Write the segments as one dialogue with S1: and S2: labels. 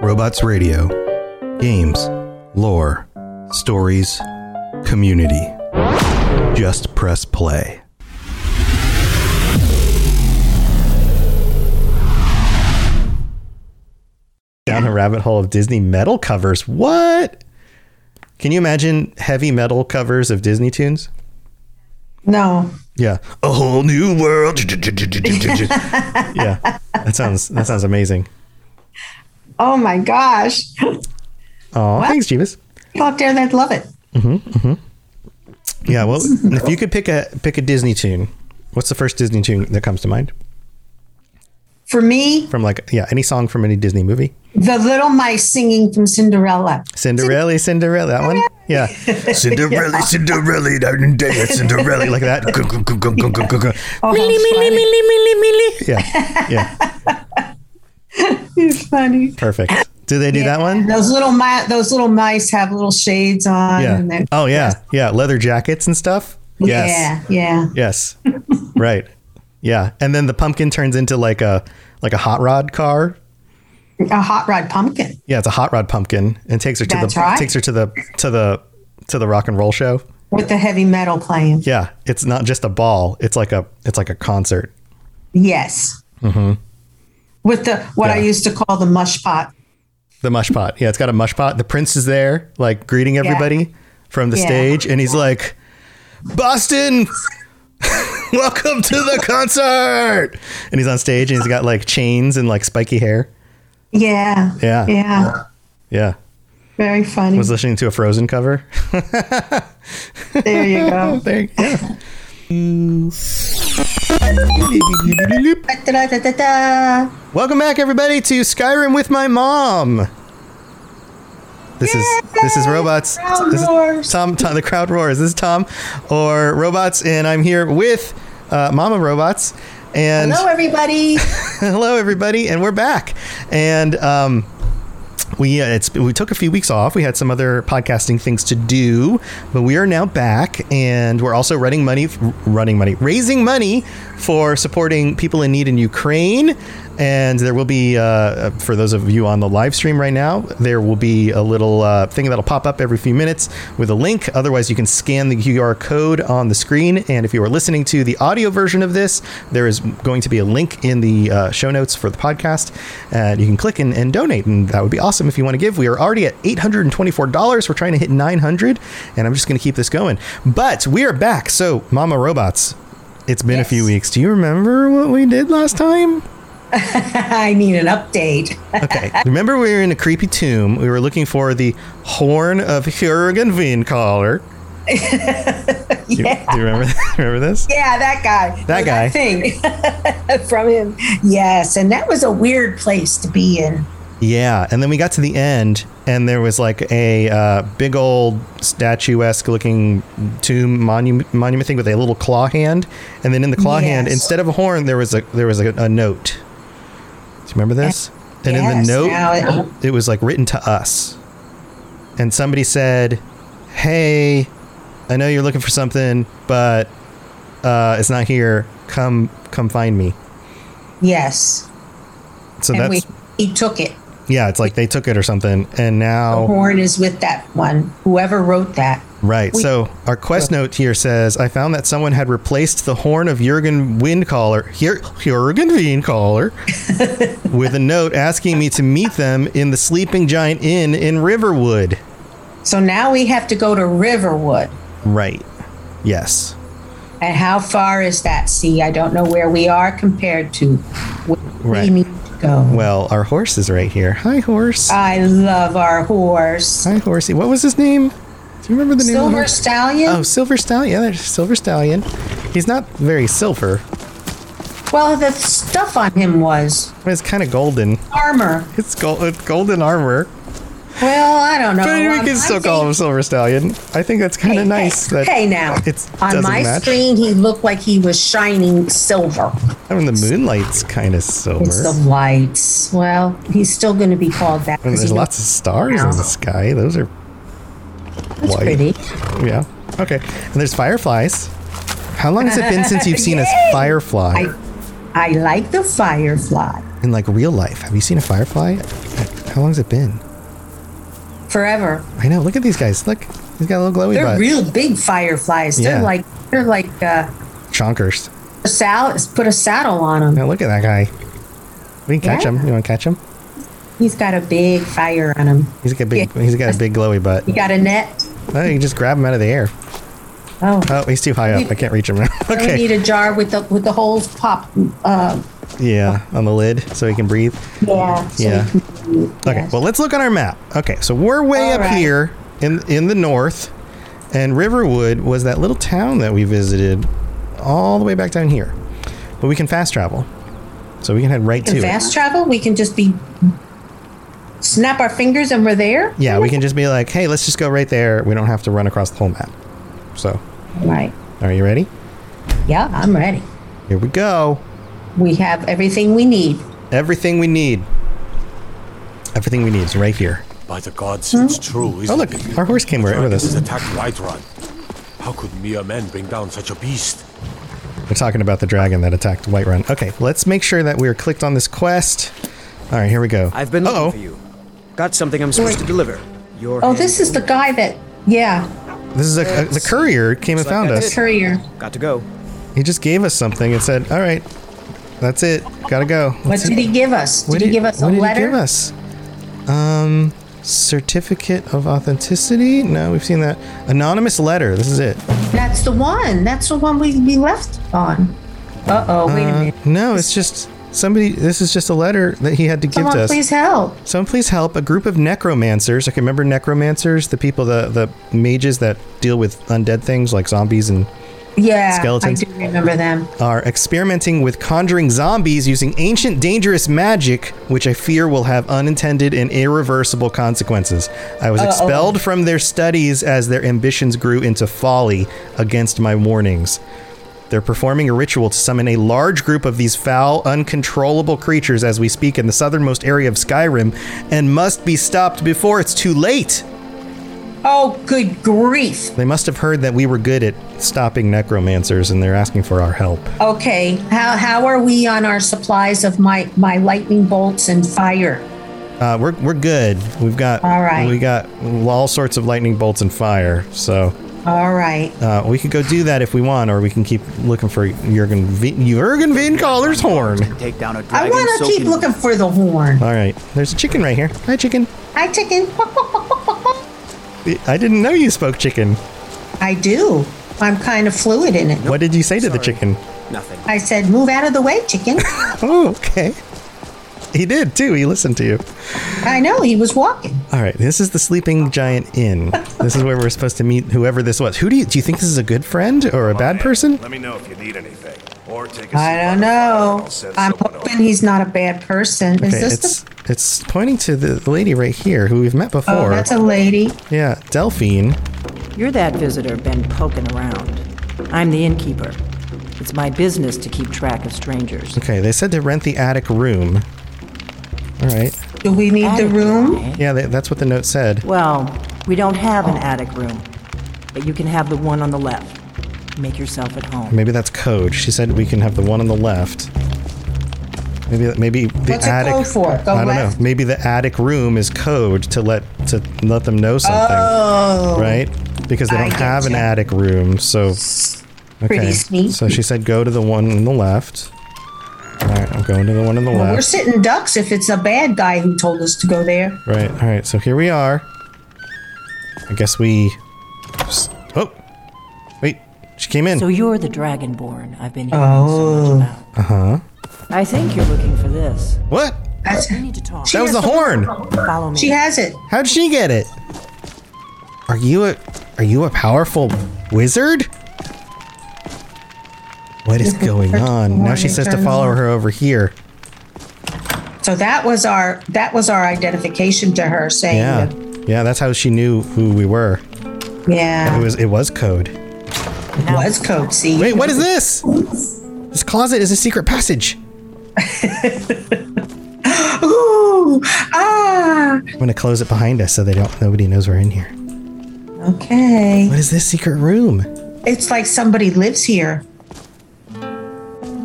S1: Robots Radio. Games, lore, stories, community. Just press play.
S2: Down a rabbit hole of Disney metal covers. What? Can you imagine heavy metal covers of Disney tunes?
S3: No.
S2: Yeah. A whole new world. yeah. That sounds that sounds amazing.
S3: Oh my gosh.
S2: Oh, thanks, Jeeves.
S3: People up there, they'd love it.
S2: Yeah, well, if you could pick a pick a Disney tune, what's the first Disney tune that comes to mind?
S3: For me,
S2: From like yeah, any song from any Disney movie?
S3: the little mice singing from Cinderella.
S2: Cinderella, Cinderella, that one? Yeah.
S1: Cinderella, Cinderella, night and day, Cinderella, like that.
S2: Yeah. Yeah.
S3: It's funny.
S2: Perfect. Do they do that one?
S3: Those little mice, those little mice have little shades on. And
S2: Yeah.
S3: they're-
S2: Oh yeah. Yeah. Leather jackets and stuff. Yes.
S3: Yeah. Yeah.
S2: Yes. Right. Yeah. And then the pumpkin turns into like a like a hot rod car.
S3: A hot rod pumpkin.
S2: Yeah, it's a hot rod pumpkin and takes her to
S3: That's
S2: the
S3: right.
S2: takes her to the to the to the rock and roll show.
S3: With the heavy metal playing.
S2: Yeah, it's not just a ball. It's like a it's like a concert.
S3: Yes. With the what I
S2: Mm-hmm. Yeah.
S3: used to call the mush pot.
S2: The mush pot. Yeah, it's got a mush pot. The prince is there, like greeting everybody from the
S3: Yeah.
S2: stage, and he's like, "Boston, welcome to the concert." And he's on stage, and he's got like chains and like spiky hair.
S3: Yeah.
S2: Yeah.
S3: Yeah.
S2: Yeah,
S3: Very funny.
S2: was listening to a Frozen cover.
S3: there you go.
S2: there, yeah.
S3: Da-da-da-da-da.
S2: Welcome back, everybody, to Skyrim with my mom. This is this is robots.
S3: Crowd
S2: This is
S3: roars.
S2: Tom, Tom. The crowd roars. This is Tom, or robots, and I'm here with uh, Mama Robots. And
S3: Hello, everybody.
S2: hello everybody and we're back and um we uh, it's we took a few weeks off we had some other podcasting things to do but we are now back and we're also running money running money raising money for supporting people in need in ukraine and there will be uh, for those of you on the live stream right now there will be a little uh, thing that'll pop up every few minutes with a link otherwise you can scan the qr code on the screen and if you are listening to the audio version of this there is going to be a link in the uh, show notes for the podcast and you can click and, and donate and that would be awesome if you want to give we are already at $824 we're trying to hit 900 and i'm just going to keep this going but we are back so mama robots it's been a few
S3: Yes.
S2: weeks do you remember what we did last time
S3: I need an update.
S2: Okay. Remember, we were in a creepy tomb. We were looking for the horn of Hurrigan Vincaller.
S3: yeah.
S2: Do you remember? Remember this?
S3: Yeah, that guy.
S2: That guy.
S3: thing from him. Yes, and that was a weird place to be in.
S2: Yeah. And then we got to the end, and there was like a uh, big old statuesque looking tomb monument monument thing with a little claw hand, and then in the claw hand,
S3: Yes.
S2: instead of a horn, there was a there was a, a note. Do you remember this? And in
S3: Yes,
S2: the note, Oh.
S3: now it-
S2: it was like written to us. And somebody said, Hey, I know you're looking for something, but uh, it's not here. Come come find me.
S3: yes,
S2: So
S3: and we
S2: that's
S3: he took it.
S2: yeah, it's like they took it or something. And now
S3: Horn is with that one. Whoever wrote that.
S2: Right. so our quest note here says, I found that someone had replaced the horn of Jurgen Windcaller, Jur- Jurgen Windcaller, with a note asking me to meet them in the Sleeping Giant Inn in Riverwood.
S3: So now we have to go to Riverwood.
S2: Right. Yes.
S3: And how far is that? See, I don't know where we are compared to where
S2: Right.
S3: we need to go.
S2: Well, our horse is right here. Hi, horse.
S3: I love our horse.
S2: Hi, horsey. What was his name? Do you remember the name? of the
S3: Silver
S2: horse?
S3: Stallion?
S2: Oh, Silver Stallion. Yeah, there's Silver Stallion. He's not very silver, Oh.
S3: Well, the stuff on him was
S2: but it's kind of golden.
S3: armor.
S2: It's, gold, it's golden armor.
S3: Well, I don't know.
S2: But we
S3: Oh, I'm-
S2: can still
S3: I'm
S2: call him Silver Stallion. I think that's kind of nice.
S3: Hey,
S2: That
S3: hey now,
S2: it's
S3: on
S2: doesn't
S3: my
S2: match.
S3: screen, he looked like he was shining silver.
S2: I mean, the moonlight's kind of silver.
S3: It's the lights. Well, he's still going to be called that.
S2: and
S3: 'cause
S2: there's
S3: he
S2: lots of stars in the sky. Those are
S3: looks
S2: white.
S3: pretty.
S2: Yeah. Okay. And there's fireflies. How long has it been since you've seen a
S3: Yay!
S2: firefly
S3: I, I like the firefly.
S2: in like real life? Have you seen a firefly? How long's it been?
S3: forever.
S2: I know. Look at these guys. Look, he's got a little glowy
S3: They're
S2: butt.
S3: real big fireflies.
S2: Yeah.
S3: They're like they're like uh,
S2: Chonkers.
S3: a sal- put a saddle on him.
S2: Now look at that guy. We can catch
S3: Yeah.
S2: him. You want to catch him?
S3: He's got a big fire on him.
S2: He's got a big. He's got a big glowy butt.
S3: You got a net?
S2: Oh, you can just grab him out of the air.
S3: Oh,
S2: Oh, he's too high up. I can't reach him.
S3: we need
S2: okay.
S3: a jar with the with the holes pop. Uh,
S2: Yeah, on the lid so he can breathe.
S3: yeah. so
S2: Yeah.
S3: we can do it,
S2: Okay.
S3: yes.
S2: Well, let's look on our map. Okay, so we're way
S3: All
S2: up
S3: right.
S2: here in in the north, and Riverwood was that little town that we visited, all the way back down here. But we can fast travel, so we can head right
S3: We can
S2: to
S3: fast
S2: it.
S3: travel. We can just be snap our fingers and we're there.
S2: Yeah, we can just be like, hey, let's just go right there. We don't have to run across the whole map. So,
S3: Right.
S2: are you ready?
S3: Yeah, I'm ready.
S2: Here we go.
S3: We have everything we need.
S2: Everything we need. Everything we need is right here.
S4: By the gods, it's true. Isn't
S2: Oh look,
S4: it?
S2: our horse came right with
S4: Dragon has
S2: us.
S4: attacked Whiterun. How could mere men bring down such a beast?
S2: We're talking about the dragon that attacked Whiterun. Okay, let's make sure that we're clicked on this quest. All right, here we go.
S5: I've been
S2: Uh-oh.
S5: looking for you. Got something I'm supposed to deliver. Your
S3: Oh,
S5: hand
S3: this is the guy that. Yeah,
S2: This is a, a- the courier came and
S5: Looks like
S2: found
S5: that's
S2: us.
S5: it.
S3: courier.
S5: got to go.
S2: He just gave us something and said, "All right, that's it. Gotta go."
S3: What did he give us? Did,
S2: What
S3: he give us a
S2: what did
S3: letter?
S2: He give us? Um, certificate of authenticity? No, we've seen that anonymous letter. This is it.
S3: That's the one. That's the one we, we left on. Uh oh, wait a
S2: Uh,
S3: minute.
S2: no, it's just somebody. This is just a letter that he had to give
S3: Someone
S2: to us.
S3: please help.
S2: Someone please help a group of necromancers. Okay, remember necromancers? The people, the the mages that deal with undead things like zombies and
S3: Yeah,
S2: Skeletons.
S3: I do remember them.
S2: are experimenting with conjuring zombies using ancient dangerous magic, which I fear will have unintended and irreversible consequences. I was expelled from their studies as their ambitions grew into folly against my warnings. They're performing a ritual to summon a large group of these foul, uncontrollable creatures as we speak in the southernmost area of Skyrim and must be stopped before it's too late.
S3: Oh, good grief.
S2: They must have heard that we were good at stopping necromancers and they're asking for our help.
S3: Okay, how how are we on our supplies of my my lightning bolts and fire?
S2: Uh, we're, we're good. We've got
S3: All right.
S2: We got all sorts of lightning bolts and fire, so
S3: All right.
S2: uh, we could go do that if we want, or we can keep looking for Jurgen Veen, Jurgen Veenkoller's horn.
S5: And take down a
S3: I
S5: dragon.
S3: want to
S5: so
S3: keep
S5: can-
S3: looking for the horn.
S2: All right, there's a chicken right here. Hi, chicken.
S3: Hi, chicken.
S2: I didn't know you spoke chicken.
S3: I do. I'm kind of fluid in it.
S2: What did you say to the
S5: sorry.
S2: chicken?
S5: Nothing.
S3: I said, move out of the way, chicken.
S2: Oh, okay. He did too. He listened to you.
S3: I know he was walking.
S2: All right, this is the Sleeping Giant Inn. This is where we're supposed to meet whoever this was. Who do you do you think this is a good friend or a bad person?
S6: Let me know if you need anything, or take a
S3: I
S6: seat by
S3: don't
S6: the fire and
S3: know.
S6: I'll send
S3: I'm
S6: someone
S3: hoping
S6: over.
S3: he's not a bad person. Is
S2: Okay,
S3: this
S2: it's
S3: the?
S2: it's pointing to the lady right here who we've met before.
S3: Oh, that's a lady.
S2: Yeah, Delphine.
S7: You're that visitor been poking around. I'm the innkeeper. It's my business to keep track of strangers.
S2: Okay, they said to rent the attic room. All right.
S3: Do we need the
S7: Attic
S3: room?
S7: eh?
S2: Yeah, that, that's what the note said.
S7: Well, we don't have an attic room, but you can have the one on the left. Make yourself at home.
S2: Maybe that's code. She said we can have the one on the left. Maybe maybe the
S3: What's it
S2: attic.
S3: code for? Go
S2: I don't
S3: left?
S2: know. Maybe the attic room is code to let to let them know something,
S3: Oh,
S2: right? Because they
S3: I
S2: don't have an
S3: getcha.
S2: attic room, so okay.
S3: Pretty sneaky.
S2: So she said go to the one on the left. All right, I'm going to the one on the
S3: Well, we're
S2: left.
S3: sitting ducks if it's a bad guy who told us to go there.
S2: Right. All right. So here we are. I guess we. Oh, wait. She came in.
S7: So you're the dragonborn I've been hearing so
S3: Oh.
S7: much about. Uh huh.
S3: Uh-huh.
S7: I think you're looking for this.
S2: what?
S3: That's,
S7: We need to talk.
S2: That was the horn.
S7: Follow me.
S3: she has it.
S2: How'd she get it? Are you a Are you a powerful wizard? What is going on? Now she says to follow her over here.
S3: So that was our that was our identification to her saying,
S2: Yeah.
S3: that-
S2: Yeah. That's how she knew who we were. It
S3: yeah,
S2: was It was code.
S3: it was code C.
S2: Wait. What is this? This closet is a secret passage.
S3: Ooh, ah,
S2: I'm gonna close it behind us so they don't. Nobody knows we're in here.
S3: okay.
S2: What is this secret room?
S3: It's like somebody lives here.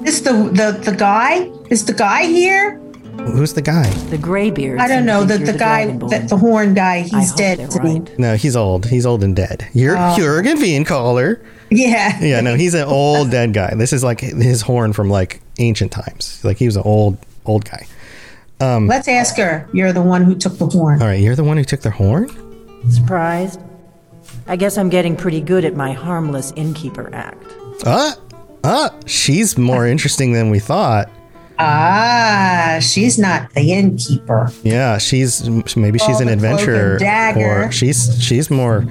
S3: Is the the the guy? Is the guy here?
S2: Who's the guy?
S7: The graybeards.
S3: I don't
S7: who
S3: know
S7: think
S3: that
S7: you're
S3: the guy,
S7: Dragonborn.
S3: that the horn guy,
S7: I
S3: he's
S7: hope
S3: dead
S7: they're
S3: to me.
S7: right.
S2: No, he's old. He's old and dead. You're Jurgen Wiencaller.
S3: Yeah.
S2: Yeah, no, he's an old dead guy. This is like his horn from like ancient times. Like he was an old old guy.
S3: Let's ask her. You're the one who took the horn.
S2: All right, you're the one who took the horn.
S7: Surprised? I guess I'm getting pretty good at my harmless innkeeper act.
S2: Uh, uh, she's more interesting than we thought.
S3: Ah, she's not the innkeeper.
S2: Yeah, she's maybe she's an
S3: All the cloak and
S2: adventurer,
S3: dagger.
S2: or she's she's more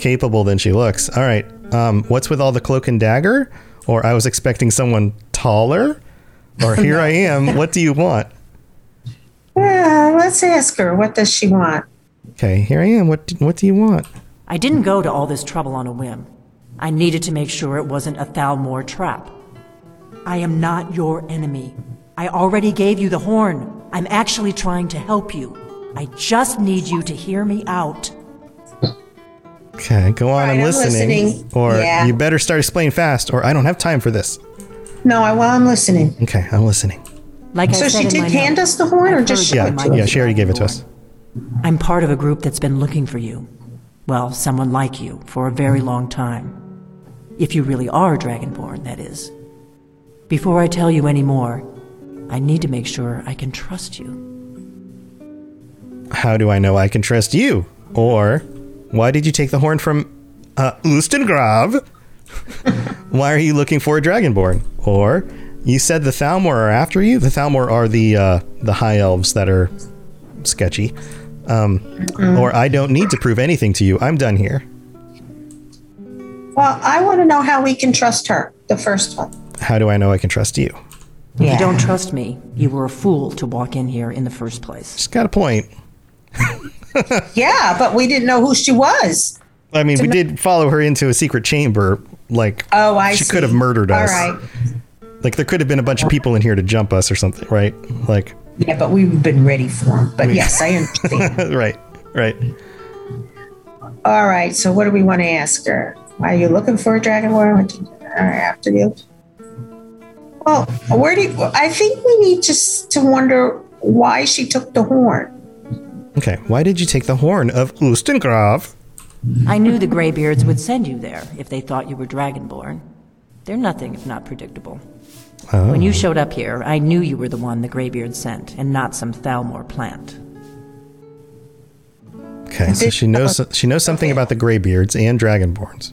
S2: capable than she looks. All right, um, what's with all the cloak and dagger? Or I was expecting someone taller, or here I am. What do you want?
S3: Yeah, let's ask her. What does she want?
S2: Okay, here I am. What do- what do you want?
S7: I didn't go to all this trouble on a whim. I needed to make sure it wasn't a Thalmor trap. I am not your enemy. I already gave you the horn. I'm actually trying to help you. I just need you to hear me out.
S2: Okay, go on.
S3: Right,
S2: I'm
S3: I'm
S2: listening.
S3: listening.
S2: Or
S3: Yeah.
S2: you better start explaining fast, or I don't have time for this.
S3: No, I, well, I'm listening.
S2: Okay, I'm listening.
S7: Like I
S3: So
S7: said
S3: she
S7: in
S3: did
S7: my
S3: hand
S7: notes,
S3: us the horn, or
S7: I've
S3: just
S7: heard
S2: Yeah,
S7: that my
S2: yeah,
S7: people
S2: she already gave it to
S7: are
S2: us.
S7: I'm part of a group that's been looking for you. Well, someone like you for a very long time. If you really are Dragonborn, that is. Before I tell you any more, I need to make sure I can trust you.
S2: How do I know I can trust you? Or why did you take the horn from uh, Ustengrav? why are you looking for a dragonborn? Or you said the Thalmor are after you. The Thalmor are the uh, the high elves that are sketchy. Um,
S3: Mm-hmm.
S2: Or I don't need to prove anything to you. I'm done here.
S3: Well, I want to know how we can trust her, the first one.
S2: How do I know I can trust you?
S7: If you don't trust me, you were a fool to walk in here in the first place.
S2: She's got a point.
S3: Yeah, but we didn't know who she was.
S2: I mean, we did follow her into a secret chamber. Like,
S3: Oh, I
S2: she
S3: see.
S2: could have murdered us.
S3: All right.
S2: Like, there could have been a bunch of people in here to jump us or something, right? Like,
S3: Yeah, but we've been ready for him. But yes, I understand.
S2: right, right.
S3: All right. So what do we want to ask her? Are you looking for a dragonborn? What do- All right, after you. Well, where do you, I think we need just to wonder why she took the horn.
S2: Okay, why did you take the horn of Ustengrav?
S7: I knew the Greybeards would send you there if they thought you were Dragonborn. They're nothing if not predictable. When you showed up here, I knew you were the one the Greybeards sent and not some Thalmor plant.
S2: Okay, so she knows she knows something about the Greybeards and Dragonborns,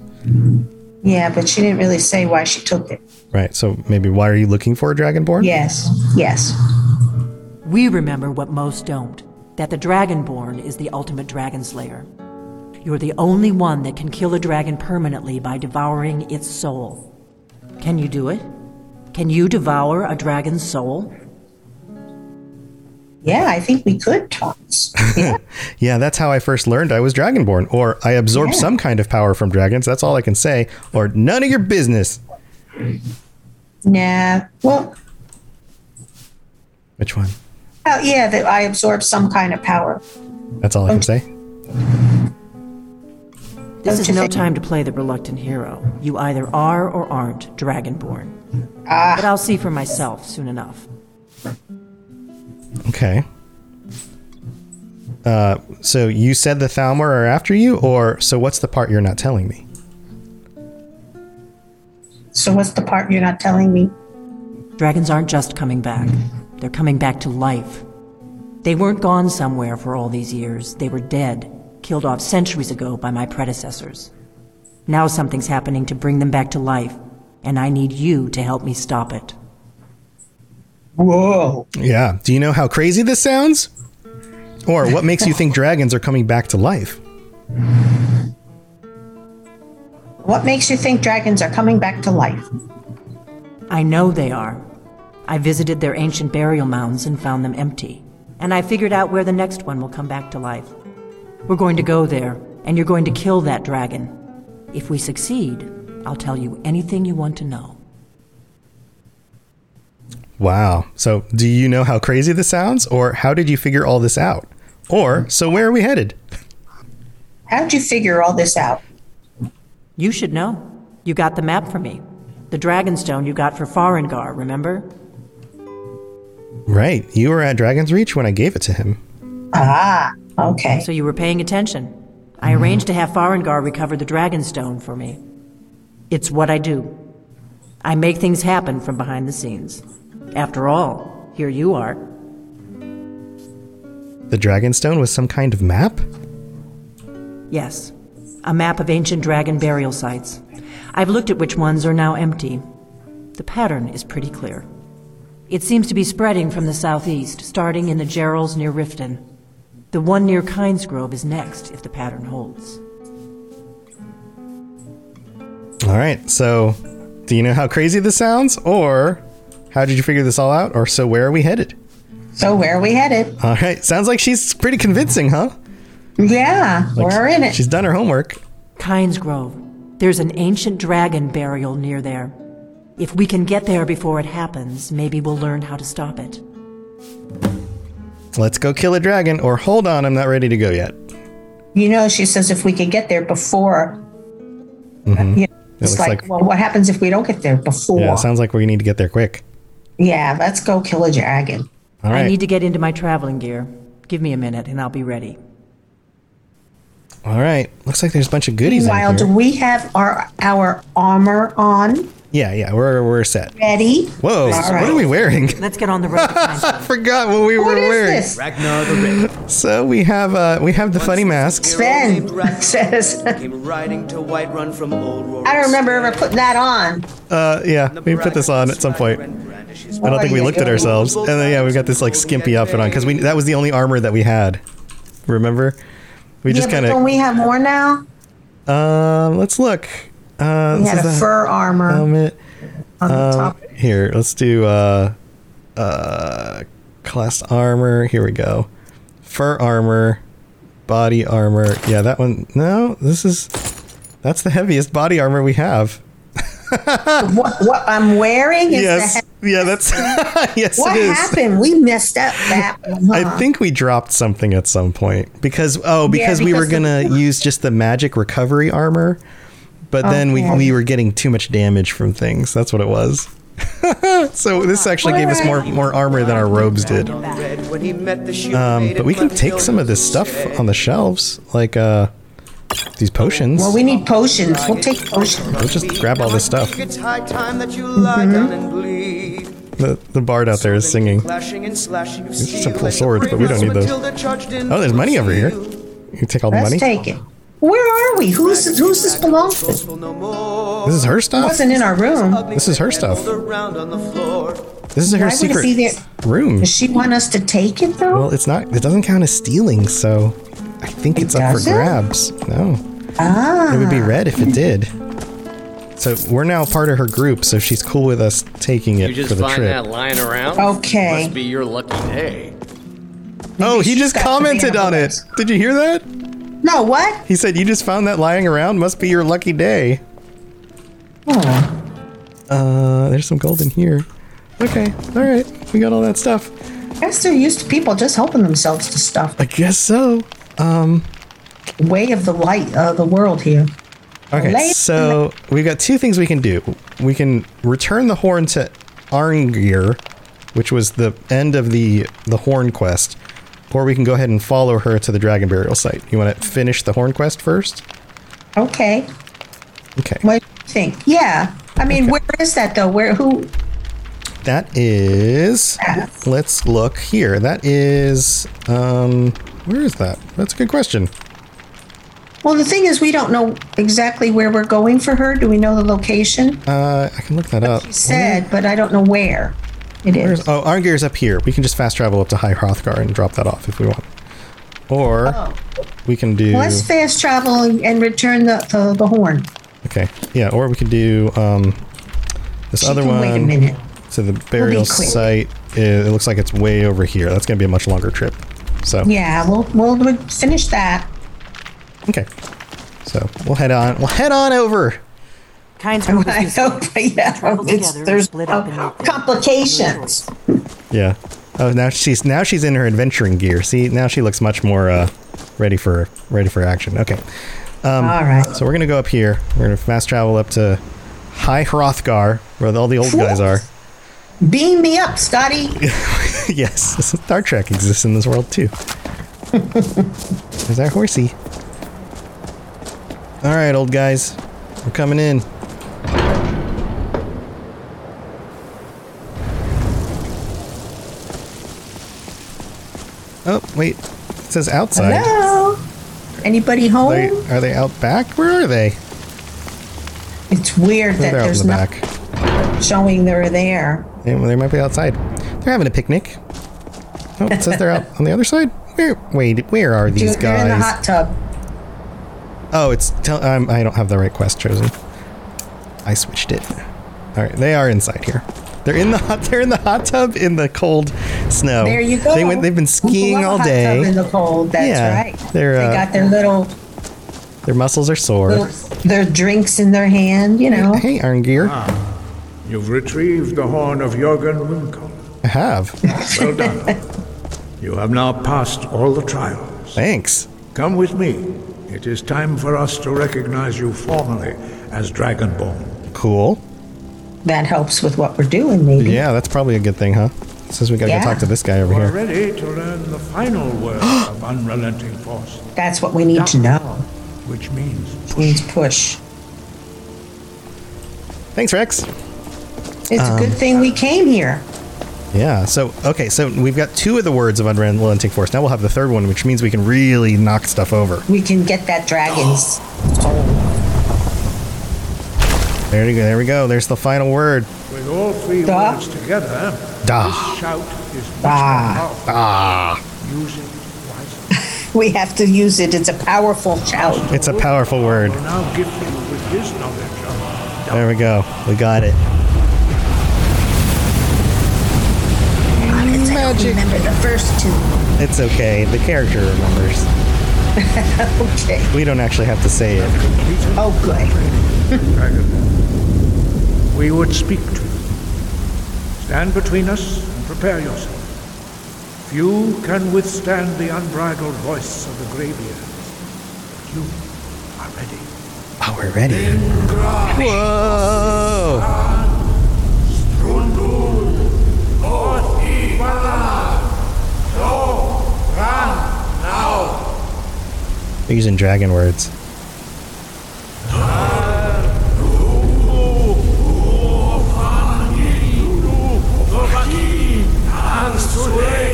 S3: Yeah, but she didn't really say why she took it.
S2: right? So maybe why are you looking for a Dragonborn?
S3: Yes, yes.
S7: We remember what most don't that the Dragonborn is the ultimate dragon slayer. You're the only one that can kill a dragon permanently by devouring its soul. Can you do it? Can you devour a dragon's soul?
S3: Yeah, I think we could talk. Yeah.
S2: Yeah, that's how I first learned I was Dragonborn, or I absorbed some kind of power from dragons. That's all I can say. Or none of your business.
S3: nah. Well,
S2: Which one?
S3: oh, yeah, that I absorb some kind of power.
S2: That's all I can say.
S7: This
S3: Don't
S7: is
S3: you
S7: no
S3: think-
S7: time to play the reluctant hero. You either are or aren't Dragonborn. But I'll see for myself soon enough.
S2: Okay. Uh, so you said the Thalmor are after you, or so what's the part you're not telling me?
S3: So what's the part you're not telling me?
S7: Dragons aren't just coming back, they're coming back to life. They weren't gone somewhere for all these years, they were dead, killed off centuries ago by my predecessors. Now something's happening to bring them back to life, and I need you to help me stop it.
S3: Whoa.
S2: Yeah. Do you know how crazy this sounds? Or what makes you think dragons are coming back to life?
S3: What makes you think dragons are coming back to life?
S7: I know they are. I visited their ancient burial mounds and found them empty. And I figured out where the next one will come back to life. We're going to go there, and you're going to kill that dragon. If we succeed, I'll tell you anything you want to know.
S2: Wow. So, do you know how crazy this sounds? Or how did you figure all this out? Or, so where are we headed?
S3: How'd you figure all this out?
S7: You should know. You got the map for me. The dragon stone you got for Faringar, remember?
S2: Right. You were at Dragon's Reach when I gave it to him.
S3: Ah, okay.
S7: So you were paying attention. I arranged to have Farangar recover the Dragonstone for me. It's what I do. I make things happen from behind the scenes. After all, here you are.
S2: The Dragonstone was some kind of map?
S7: Yes, a map of ancient dragon burial sites. I've looked at which ones are now empty. The pattern is pretty clear. It seems to be spreading from the southeast, starting in the Gerals near Riften. The one near Kynesgrove is next if the pattern holds.
S2: All right. So, do you know how crazy this sounds? Or how did you figure this all out? Or so, where are we headed?
S3: So where are we headed?
S2: All right. Sounds like she's pretty convincing, huh?
S3: Yeah, we're in it.
S2: She's done her homework.
S7: Kynesgrove. There's an ancient dragon burial near there. If we can get there before it happens, maybe we'll learn how to stop it.
S2: Let's go kill a dragon. Or hold on, I'm not ready to go yet.
S3: You know, she says if we could get there before. Yeah, it's
S2: looks
S3: like,
S2: like-
S3: well, what happens if we don't get there before?
S2: Yeah,
S3: Yeah,
S2: sounds like we need to get there quick.
S3: let's go kill a dragon.
S2: All right.
S7: I need to get into my traveling gear. Give me a minute and I'll be ready.
S2: all right. Looks like there's a bunch of goodies in
S3: Meanwhile, do
S2: here.
S3: we have our our armor on
S2: yeah, yeah, we're, we're set.
S3: ready?
S2: Whoa,
S3: All
S2: what
S3: right.
S2: are we wearing?
S7: Let's get on the road. to Kynesgrove.
S2: Forgot what we
S3: What
S2: were
S3: is
S2: wearing.
S3: this?
S5: Ragnar the Red.
S2: So we have uh we have the funny masks.
S3: Sven
S5: Ragnar
S3: says-
S5: Came riding to Whiterun from Old Roar.
S3: I don't remember ever putting that on.
S2: Uh yeah, we put this on at some point. I don't think we looked at ourselves. And then yeah, we've got this like skimpy outfit on because we that was the only armor that we had. Remember? We just
S3: yeah,
S2: kind
S3: but don't
S2: of
S3: we have more now?
S2: uh, let's look. Uh,
S3: We
S2: this
S3: had a
S2: is um, a
S3: fur armor
S2: helmet.
S3: on the
S2: Um,
S3: top.
S2: here, let's do uh, uh, class armor. Here we go. Fur armor, body armor. Yeah, that one. No, this is that's the heaviest body armor we have.
S3: What, what I'm wearing is
S2: yes,
S3: the he-
S2: yeah, that's yes,
S3: what
S2: it is.
S3: happened? We messed up that one.
S2: I
S3: huh?
S2: think we dropped something at some point because oh because, we were
S3: because
S2: gonna
S3: the-
S2: use just the magic recovery armor, but then we,
S3: Okay.
S2: we were getting too much damage from things. That's what it was. so this actually gave us more more armor than our robes did.
S5: Red when he met the
S2: Um, but we can take some of this stuff on the shelves, like uh, these potions.
S3: Well, we need potions. We'll take potions.
S2: We'll just grab all this stuff.
S5: It's high time that you lie down and bleed.
S2: The, the bard out there is singing.
S5: Clashing and slashing of
S2: are
S5: steel
S2: simple
S5: as the
S2: swords, but we don't
S5: brave
S2: need those.
S5: Matilda charged in
S2: Oh, there's money over here.
S5: pursuit.
S2: You take all the
S3: Let's
S2: money.
S3: take it. Where are we? Who's who's this belong to? It
S5: Boastful no more.
S2: This is her stuff.
S3: wasn't in our room.
S2: This is her stuff.
S5: Rolled around on the floor.
S2: This is
S3: Why
S2: her
S3: would it
S2: secret
S3: be there?
S2: room.
S3: Does she want us to take it though?
S2: Well, it's not. It doesn't count as stealing, so I think it's up for
S3: doesn't?
S2: grabs. No, it
S3: ah,
S2: would be red if it did. So we're now part of her group, so she's cool with us taking
S8: You
S2: it for
S8: just
S2: the
S8: find
S2: trip.
S8: that lying around?
S3: Okay.
S8: Must be your lucky day.
S2: Oh, he
S3: she's
S2: just
S3: got the
S2: commented on it.
S3: vampires.
S2: Did you hear that?
S3: no, what?
S2: He said, "You just found that lying around. Must be your lucky day."
S3: Oh,
S2: Uh, there's some gold in here. Okay, all right, we got all that stuff.
S3: I guess they're used to people just helping themselves to stuff.
S2: I guess so.
S3: Way of the light of the world here.
S2: Okay,
S3: Later.
S2: so we've got two things we can do. We can return the horn to Arngir, which was the end of the the horn quest, or we can go ahead and follow her to the dragon burial site. You want to finish the horn quest first?
S3: Okay.
S2: Okay,
S3: What do you think? Yeah. I mean, where is that though? Where who?
S2: that is. Let's look here. That is. Um, where is that? That's a good question.
S3: Well, the thing is, we don't know exactly where we're going for her. Do we know the location?
S2: Uh, I can look that up.
S3: She said, but I don't know where it is.
S2: Oh, our gear's up here. We can just fast travel up to High Hrothgar and drop that off if we want. Or
S3: Oh.
S2: we can do.
S3: Well, Let's fast travel and return the, the, the horn.
S2: okay. Yeah, or we can do um, this
S3: She
S2: other
S3: can
S2: one.
S3: wait a minute.
S2: So the burial
S3: quick.
S2: site, i- it looks like it's way over here. That's going to be a much longer trip. So,
S3: Yeah, we'll, we'll we'll finish that.
S2: okay. So we'll head on. We'll head on over. Oh
S7: Kynesgrove
S3: I
S7: is
S3: hope, yeah,
S7: Travel
S3: it's,
S7: together,
S3: there's
S7: split up and
S3: uh,
S7: meet there.
S3: complications.
S2: Yeah. Oh, now she's now she's in her adventuring gear. See, now she looks much more uh, ready for ready for action. Okay. Um,
S3: All right.
S2: So we're gonna go up here. We're gonna fast travel up to High Hrothgar, where all the old guys are.
S3: Beam me up, Scotty.
S2: yes, Star Trek exists in this world too. There's our horsey. All right, old guys, we're coming in. Oh wait, it says outside.
S3: Hello? Anybody home?
S2: Are they, are they out back? Where are they?
S3: it's weird that
S2: They're out in
S3: there's
S2: the
S3: not
S2: back.
S3: showing they're there.
S2: They, they might be outside. They're having a picnic. Oh, it says they're out on the other side. Where? Wait, where are these
S3: Dude, They're in the
S2: guys?
S3: hot tub.
S2: Oh, it's tell. Um, I don't have the right quest chosen. I switched it. All right, they are inside here. They're in the hot. They're in the hot tub in the cold snow.
S3: There you go.
S2: Oh, They went. They've been
S3: People
S2: skiing
S3: love a
S2: all
S3: hot tub in
S2: day.
S3: the cold. That's
S2: Yeah,
S3: right.
S2: they're, uh,
S3: they got their little,
S2: Their muscles are sore.
S3: little their drinks in their hand. You know.
S2: Hey, Iron Gear.
S9: You've retrieved the horn of Jorgen Runkel.
S2: I have.
S9: Well done. you have now passed all the trials.
S2: Thanks.
S9: Come with me. It is time for us to recognize you formally as Dragonborn.
S2: Cool.
S3: That helps with what we're doing, maybe.
S2: Yeah, that's probably a good thing, huh? Since we gotta
S3: Yeah.
S2: go talk to this guy over
S9: You are
S2: here.
S9: ready to learn the final word of unrelenting force,
S3: That's what we need to know.
S9: which means
S3: Means push.
S2: Thanks, Rex.
S3: It's a good thing we came here.
S2: Yeah. So okay. So we've got two of the words of unrelenting force. Now we'll have the third one, which means we can really knock stuff over.
S3: We can get that dragon's soul.
S2: There you go. There we go. There's the final word.
S9: with all three
S3: Da.
S9: words together,
S2: Da.
S9: shout is much
S3: Da.
S9: more powerful.
S2: Ah.
S9: Use it wisely.
S3: We have to use it. It's a powerful shout.
S2: It's a powerful word.
S9: Will now gift you with his knowledge of
S2: There we go. We got it. Magic.
S3: Remember the first two.
S2: It's okay. The character remembers.
S3: Okay.
S2: We don't actually have to say it.
S3: Oh, good.
S9: Dragonborn. We would speak to you. Stand between us and prepare yourself. Few can withstand the unbridled voice of the Greybeard. But you are ready.
S2: Oh, we're ready. Whoa! They're using dragon words.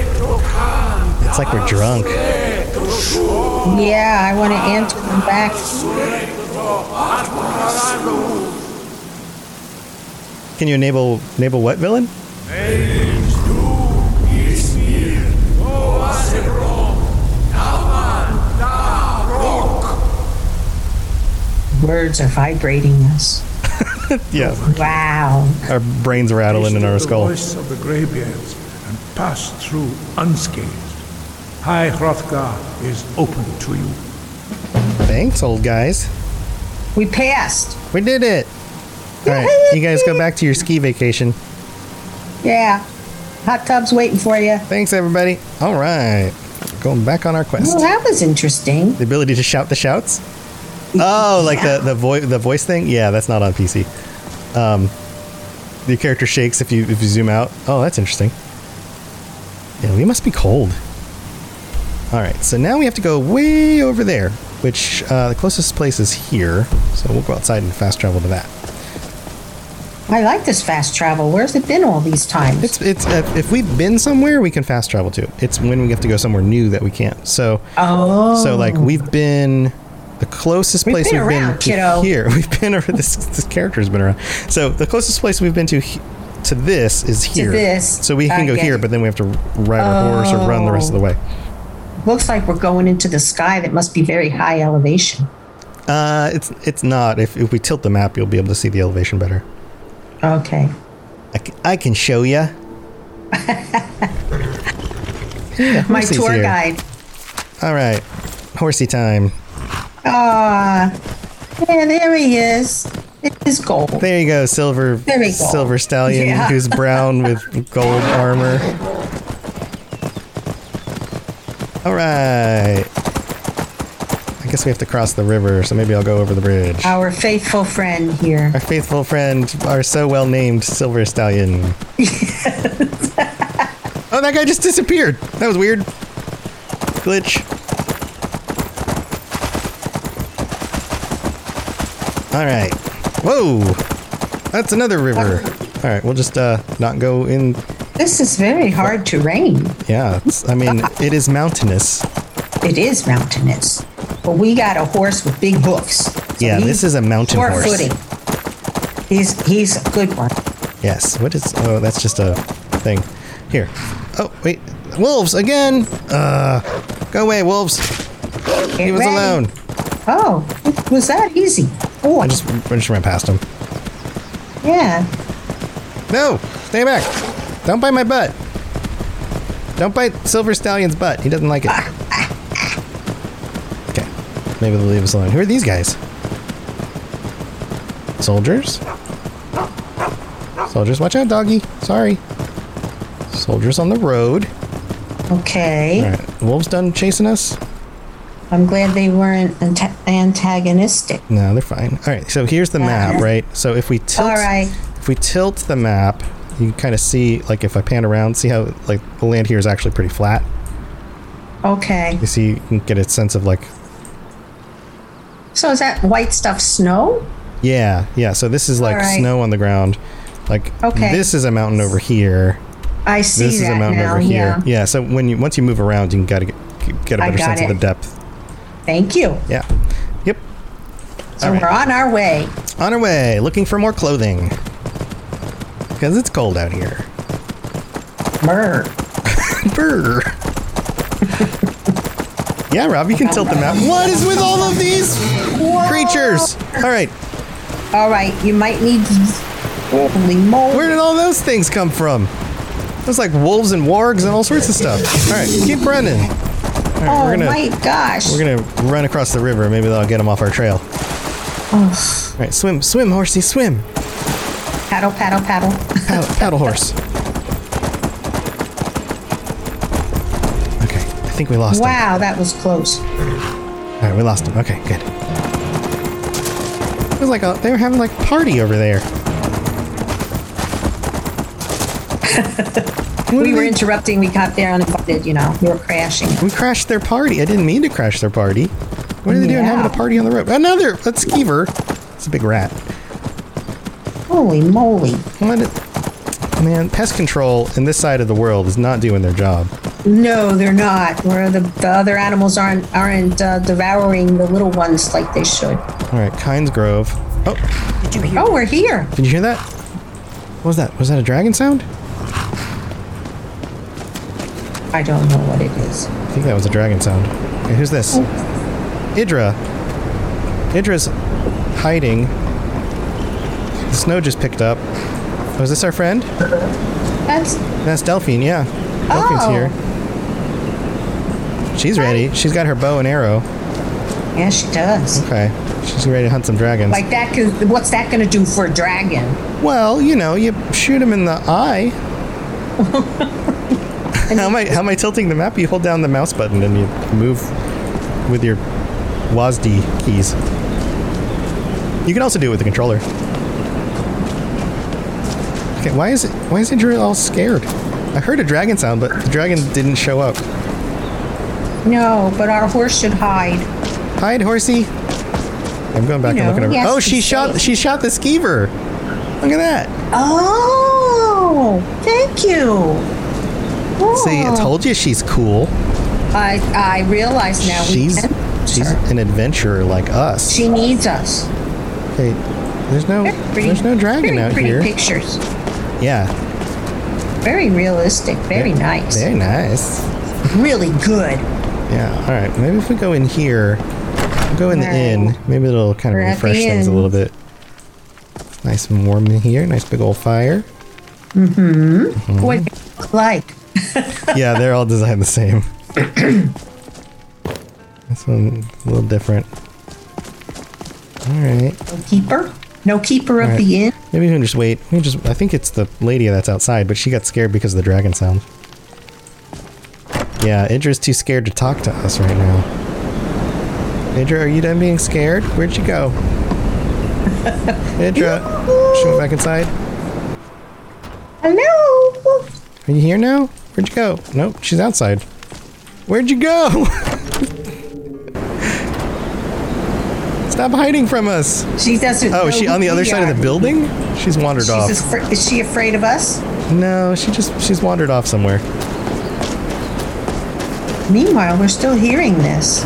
S2: It's like we're drunk.
S3: Yeah, I want to answer them back.
S2: Can you enable enable what villain?
S3: Words are vibrating us.
S2: Yeah.
S3: Wow.
S2: Our brains rattling in our
S9: Taste
S2: skull.
S9: The voice of the Greybeards and pass through unscathed. High Hrothgar is open to you.
S2: Thanks, old guys.
S3: We passed.
S2: We did it. All right, you guys go back to your ski vacation.
S3: Yeah. Hot tub's waiting for you.
S2: Thanks, everybody. All right, going back on our quest.
S3: Well, that was interesting.
S2: The ability to shout the shouts. Oh, like the the voice the voice thing. Yeah, that's not on PC. Um, the character shakes if you if you zoom out. Oh, that's interesting. Yeah, we must be cold. All right, so now we have to go way over there, which uh, the closest place is here. So we'll go outside and fast travel to that.
S3: I like this fast travel. Where's it been all these times?
S2: It's it's uh, if we've been somewhere we can fast travel to. It's when we have to go somewhere new that we can't. So
S3: oh.
S2: so like we've been the closest
S3: We've
S2: place
S3: been
S2: we've been
S3: around,
S2: to
S3: kiddo.
S2: here. We've been over this this character's been around. So the closest place we've been to he- to this is here.
S3: this.
S2: So we
S3: I
S2: can go
S3: get
S2: here,
S3: it. Oh.
S2: but then we have to ride our horse or run the rest of the way.
S3: Looks like we're going into the sky that must be very high elevation.
S2: Uh, it's it's not. If, if we tilt the map, you'll be able to see the elevation better.
S3: Okay.
S2: I c- I can show you.
S3: My tour guide.
S2: All right, horsey time.
S3: Ah. yeah, there he is. It is gold.
S2: There you go, silver
S3: There we go.
S2: silver stallion
S3: Yeah.
S2: who's brown with gold armor. All right. I guess we have to cross the river, so maybe I'll go over the bridge. Our,
S3: Our faithful friend here.
S2: faithful friend, our so well named silver stallion. oh, Oh, that guy just disappeared. That was weird. Glitch. All right. Whoa. That's another river. All right, we'll just uh, not go in.
S3: This is very hard terrain.
S2: Yeah, it's, I mean, it is mountainous.
S3: It is mountainous. But we got a horse with big hoofs. So
S2: Yeah,
S3: he's
S2: this is a mountain horse.
S3: Footing. He's he's a good one.
S2: Yes. What is? Oh, that's just a thing. Here. Oh wait, wolves again. Uh, go away, wolves.
S3: Get
S2: He was
S3: ready.
S2: alone.
S3: Oh, it was that easy? Boy,
S2: I just, I just ran past him.
S3: yeah.
S2: No, stay back. Don't bite my butt. Don't bite Silver Stallion's butt. He doesn't like it. Okay, maybe they'll leave us alone. Who are these guys? Soldiers? Soldiers, watch out, doggy. Sorry. Soldiers on the road.
S3: Okay.
S2: All right, wolves done chasing us.
S3: I'm glad they weren't anta- antagonistic.
S2: No, they're fine. All right, so here's the map, right? So if we tilt,
S3: All right.
S2: if we tilt the map, you kind of see, like, if I pan around, see how like the land here is actually pretty flat.
S3: Okay.
S2: You see, you can get a sense of like,
S3: So is that white stuff snow?
S2: yeah, yeah. So this is like
S3: All right.
S2: snow on the ground. Like,
S3: Okay.
S2: this is a mountain over here.
S3: I see
S2: This is
S3: that
S2: a mountain
S3: now.
S2: over here.
S3: Yeah.
S2: Yeah. So when you once you move around, you can gotta get, get a
S3: I
S2: better
S3: got
S2: sense of
S3: it.
S2: the depth.
S3: Thank you.
S2: Yeah. Yep.
S3: So we're on our way.
S2: On our way, looking for more clothing because it's cold out here.
S3: Brr.
S2: Brr. yeah, Rob, you can tilt the map. What is with all of these creatures? All right,
S3: All right. You might need holy moly.
S2: where did all those things come from? It was like wolves and wargs and all sorts of stuff. All right, keep running. All right,
S3: oh
S2: we're gonna
S3: my gosh.
S2: we're gonna run across the river. Maybe that'll get them off our trail. All right, swim, swim, horsey, swim.
S3: paddle, paddle, paddle.
S2: Paddle, paddle horse. Okay, I think we lost him.
S3: Wow, that was close.
S2: All right, we lost him. Okay, good. It was like a, they were having like a party over there. What
S3: We
S2: did
S3: were
S2: they-
S3: interrupting. We got there uninvited. You know, we were crashing.
S2: we crashed their party. I didn't mean to crash their party. What are they doing
S3: Yeah.
S2: having a party on the road? Another a skeever. It's a big rat.
S3: Holy moly!
S2: What? a- Man, pest control in this side of the world is not doing their job.
S3: No, they're not. Where the, the other animals aren't aren't uh, devouring the little ones like they should.
S2: All right, Kynes Grove. Oh,
S3: Oh, we're here.
S2: did you hear that? What was that? Was that a dragon sound?
S3: I don't know what it is.
S2: I think that was a dragon sound. Okay, who's this? Idra. Idra's hiding. The snow just picked up. Was this our friend?
S3: That's
S2: That's Delphine, yeah. Delphine's
S3: Oh.
S2: here. She's ready. She's got her bow and arrow.
S3: yeah, she does.
S2: Okay. She's ready to hunt some dragons.
S3: Like that. Could, what's that going to do for a dragon?
S2: well, you know, you shoot him in the eye. how am I how am I tilting the map? You hold down the mouse button and you move with your WASD keys. You can also do it with the controller. Okay, why is it why is Andrew all scared? I heard a dragon sound, but the dragon didn't show up.
S3: No, but our horse should hide.
S2: Hide, horsey. I'm going back
S3: You
S2: and looking over.
S3: know, he has
S2: oh,
S3: to
S2: she
S3: be
S2: shot
S3: safe.
S2: she shot the skeever. Look at that.
S3: Oh, thank you.
S2: See, I
S3: Oh.
S2: told you she's cool.
S3: I I realize now.
S2: she's
S3: we can.
S2: she's an adventurer like us.
S3: She needs us.
S2: Hey, there's no
S3: Pretty-
S2: there's no dragon
S3: very
S2: out
S3: pretty
S2: here.
S3: pictures.
S2: Yeah.
S3: Very realistic. Very nice.
S2: Very nice.
S3: Really good.
S2: Yeah. All right. Maybe if we go in here, we'll go in the
S3: All right.
S2: inn. Maybe it'll kind of
S3: We're at the
S2: refresh things a
S3: inn.
S2: little bit. Nice and warm in here. Nice big old fire. Mm-hmm.
S3: What do you look like?
S2: yeah, they're all designed the same. this one a little different. All right.
S3: No keeper? No keeper of
S2: Right.
S3: the inn?
S2: Maybe we can just wait. We can just. I think it's the lady that's outside, but she got scared because of the dragon sound. Yeah, Idra's too scared to talk to us right now. Idra, are you done being scared? Where'd you go? Idra, she went back inside.
S3: Hello?
S2: Are you here now? Where'd you go? Nope, she's outside. Where'd you go? Stop hiding from us.
S3: She doesn't.
S2: Oh,
S3: know
S2: is she
S3: who
S2: on the
S3: we
S2: other side of
S3: are.
S2: the building? She's wandered
S3: She's
S2: off.
S3: afra- is she afraid of us?
S2: No, she just she's wandered off somewhere.
S3: Meanwhile, we're still hearing this.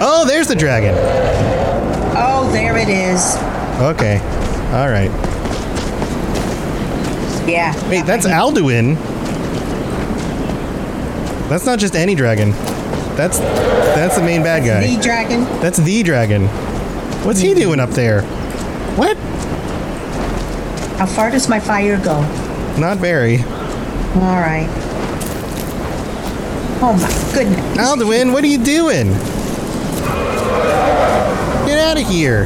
S2: Oh, there's the dragon.
S3: Oh, there it is.
S2: Okay. All right.
S3: Yeah.
S2: Wait, that's Alduin. That's not just any dragon. That's that's the main bad guy.
S3: The dragon.
S2: That's the dragon. What's he doing up there? What?
S3: How far does my fire go? All
S2: Not very.
S3: right. Oh my goodness.
S2: Alduin, what are you doing? Get out of here.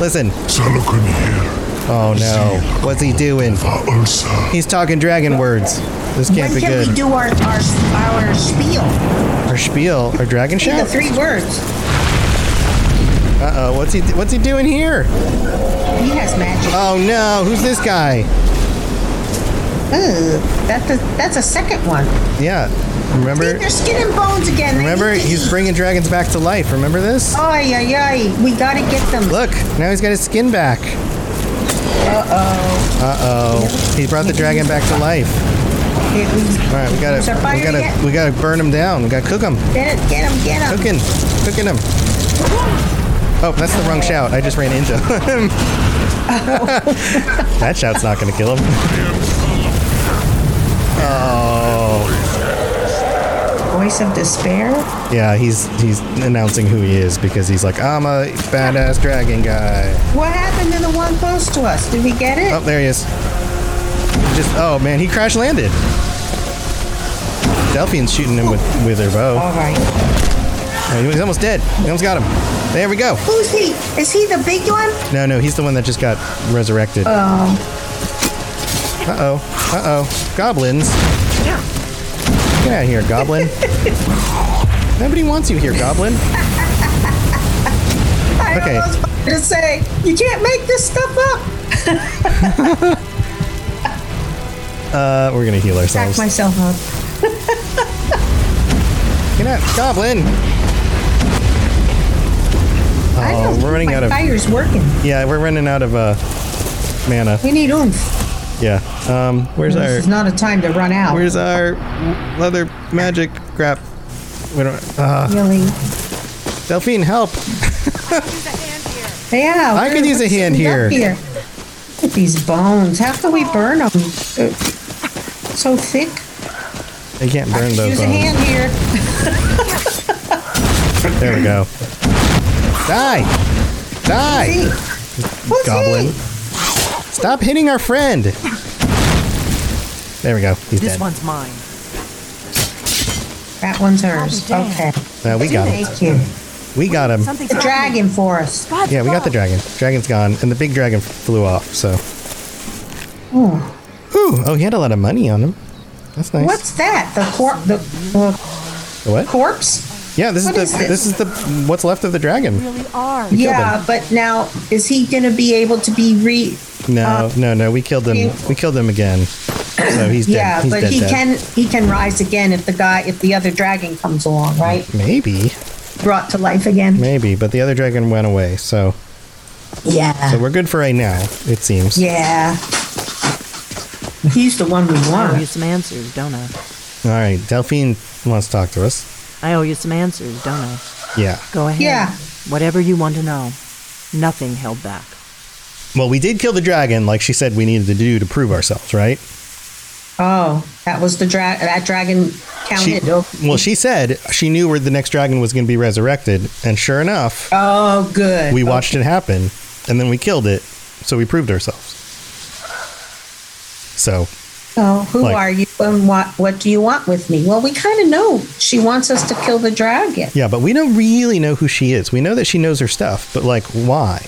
S2: Listen.
S1: Salukun here,
S2: Oh no. What's he doing?
S1: Ursa.
S2: He's talking dragon words. This can't be
S3: when can we
S2: good.
S3: do our our, our spiel?
S2: Our spiel, our dragon
S3: Say The
S2: shout.
S3: three words.
S2: Uh oh, what's he what's he doing here?
S3: He has magic.
S2: Oh no, who's this guy?
S3: Ugh, that's a that's a second one.
S2: Yeah. Remember
S3: They're skin and bones again. They
S2: remember
S3: need to
S2: he's
S3: eat.
S2: bringing dragons back to life. Remember this?
S3: Ay ay ay! We gotta get them.
S2: Look, now he's got his skin back.
S3: Uh
S2: Uh-oh. He brought the dragon back to life.
S3: oh. Did we
S2: All right, we
S3: Is there
S2: gotta,
S3: fire
S2: we gotta,
S3: yet?
S2: we gotta burn him down. We gotta cook him,
S3: get it? Get them! Get them!
S2: cooking, cooking him. Oh, that's the wrong shout. I just ran into him. that shout's not gonna kill him. Oh,
S3: Voice of despair.
S2: yeah. He's he's announcing who he is because he's like, I'm a badass dragon guy.
S3: What happened to the one close to us? Did we get it?
S2: Oh, there he is. He Just oh man, he crash landed. Delphine's shooting him with with her bow.
S3: All right.
S2: Oh, He's almost dead. We almost got him. There we go.
S3: Who's he? Is he the big one?
S2: No, no, he's the one that just got resurrected. Uh oh. Uh oh. Goblins. Get out of here, goblin. Nobody wants you here, goblin.
S3: I
S2: Okay.
S3: almost wanted to say you can't make this stuff up.
S2: Uh, we're gonna heal
S3: Back
S2: ourselves.
S3: myself up.
S2: Get out, goblin. Oh,
S3: I don't think
S2: we're running
S3: my
S2: out of.
S3: fire's working.
S2: Yeah, we're running out of uh, mana.
S3: We need oomph.
S2: Yeah. Um, where's
S3: This
S2: our
S3: is not a time to run out.
S2: where's our leather magic crap? We don't. Uh,
S3: really?
S2: Delphine, help!
S3: Yeah.
S2: I
S3: we're-
S2: could use a
S3: we're
S2: hand
S3: sitting
S2: here.
S3: up Look at these bones. How can we burn them? So thick.
S2: They can't burn those.
S3: Use a
S2: bones.
S3: hand here.
S2: There we go. Die! Die!
S3: See? Who's
S2: Goblin.
S3: he?
S2: Stop hitting our friend! There we go. He's
S7: This
S2: dead.
S7: one's mine.
S3: That one's hers.
S7: damn.
S3: Okay.
S2: Uh, we got him.
S3: Thank you.
S2: We got him.
S7: Something's
S3: The dragon for us.
S7: God's
S2: Yeah, we got the
S7: love.
S2: dragon. Dragon's gone, and the big dragon flew off. So. Ooh! Oh, he had a lot of money on him. That's nice.
S3: What's that? The cor- the, the
S2: The What?
S3: corpse?
S2: Yeah, this is
S3: What
S2: the
S3: is
S2: this?
S3: this?
S2: is the what's left of the dragon.
S7: really are.
S3: Yeah, but now is he going to be able to be re?
S2: No,
S3: Uh,
S2: no, no. We killed him.
S3: you-
S2: We killed him again. So he's dead.
S3: Yeah,
S2: he's
S3: but
S2: dead,
S3: he
S2: dead.
S3: can he can rise again if the guy if the other dragon comes along, right?
S2: Maybe,
S3: Brought to life again.
S2: maybe. But the other dragon went away. So.
S3: Yeah.
S2: So we're good for right now, it seems.
S3: Yeah. He's the one we
S7: I owe you
S3: want.
S7: some answers, don't I?
S2: All right, Delphine wants to talk to us.
S7: I owe you some answers, don't I?
S2: Yeah.
S7: Go ahead.
S3: Yeah.
S7: Whatever you want to know. Nothing held back.
S2: Well, we did kill the dragon, like she said we needed to do to prove ourselves, right?
S3: Oh, that was the drag. That dragon
S2: She,
S3: counted. oh,
S2: well, she said she knew where the next dragon was going to be resurrected, and sure enough,
S3: oh, good.
S2: we watched it happen, and then we killed it, so we proved ourselves. So,
S3: So, who
S2: like-
S3: are you, and what what do you want with me? Well, we kind of know she wants us to kill the dragon.
S2: yeah, but we don't really know who she is. We know that she knows her stuff, but like, why?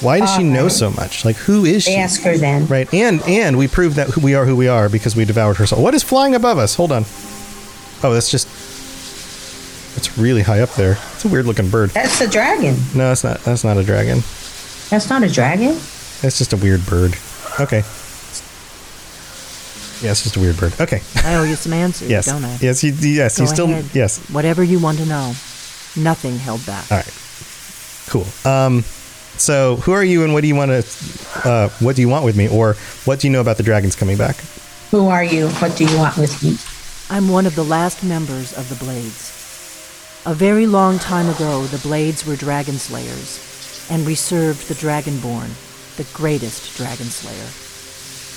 S2: Why does she
S7: Uh-huh.
S2: know so much? Like, who is she?
S3: Ask her then.
S2: Right, and and we proved that who we are who we are because we devoured her soul. What is flying above us? Hold on. Oh, that's just. That's really high up there. It's a weird looking bird.
S3: That's the dragon.
S2: No, that's not. That's not a dragon.
S3: That's not a dragon.
S2: That's just a weird bird. Okay. Yeah, it's just a weird bird. Okay.
S7: I owe you some answers,
S2: Yes.
S7: don't I?
S2: Yes. You, yes.
S7: Go
S2: You still.
S7: ahead.
S2: Yes.
S7: Whatever you want to know. Nothing held back.
S2: All right. Cool. Um, so who are you, and what do you want to? Uh, what do you want with me, or what do you know about the dragons coming back?
S3: Who are you? What do you want with me?
S7: I'm one of the last members of the Blades. A very long time ago, the Blades were dragon slayers, and we served the Dragonborn, the greatest dragon slayer.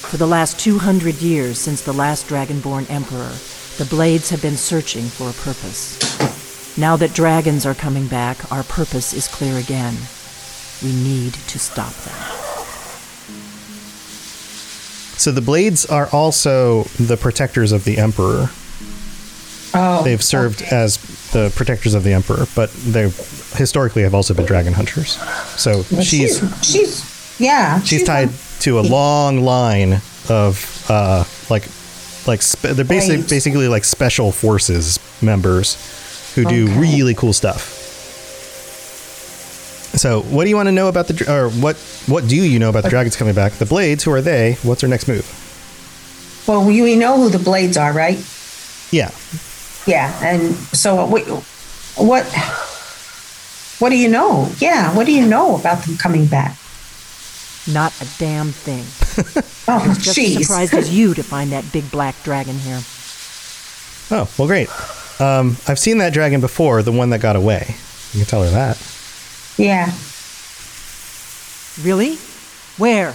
S7: For the last 200 years since the last Dragonborn Emperor, the Blades have been searching for a purpose. Now that dragons are coming back, our purpose is clear again. We need to stop them.
S2: So the blades are also the protectors of the emperor.
S3: Oh,
S2: They've served uh,
S3: okay.
S2: as the protectors of the emperor, but they historically have also been dragon hunters. So
S3: Well,
S2: she's
S3: she's yeah.
S2: she's tied to a long line of uh, like like spe- they're basically
S3: Right.
S2: basically like special forces members who do
S3: Okay.
S2: really cool stuff. So, what do you want to know about the dra- or what what do you know about the dragons coming back? The blades, who are they? What's their next move?
S3: Well, we, we know who the blades are, right?
S2: Yeah,
S3: Yeah, and so what? we- What? What do you know? Yeah, what do you know about them coming back?
S7: Not a damn thing.
S3: Oh,
S7: Just
S3: jeez.
S7: as surprised as you to find that big black dragon here.
S2: Oh, well, great. Um, I've seen that dragon before, the one that got away. You can tell her that.
S3: Yeah.
S7: Really? Where?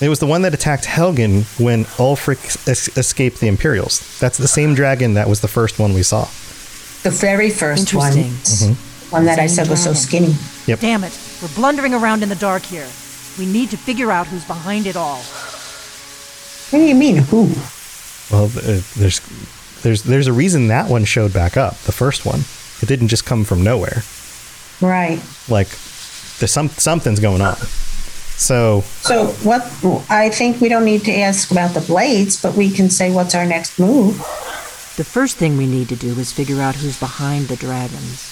S2: It was the one that attacked Helgen when Ulfric es- escaped the Imperials. That's the same dragon that was the first one we saw.
S3: The very first one.
S7: Interesting.
S3: One that I
S7: Same
S3: said was so
S7: dragon.
S3: skinny.
S2: Yep.
S7: Damn it. We're blundering around in the dark here. We need to figure out who's behind it all.
S3: What do you mean, who?
S2: Well, th- uh, there's, there's, there's a reason that one showed back up, the first one. It didn't just come from nowhere.
S3: Right.
S2: Like, there's some, something's going on. So,
S3: So, what? I think we don't need to ask about the blades, but we can say what's our next move.
S7: The first thing we need to do is figure out who's behind the dragons.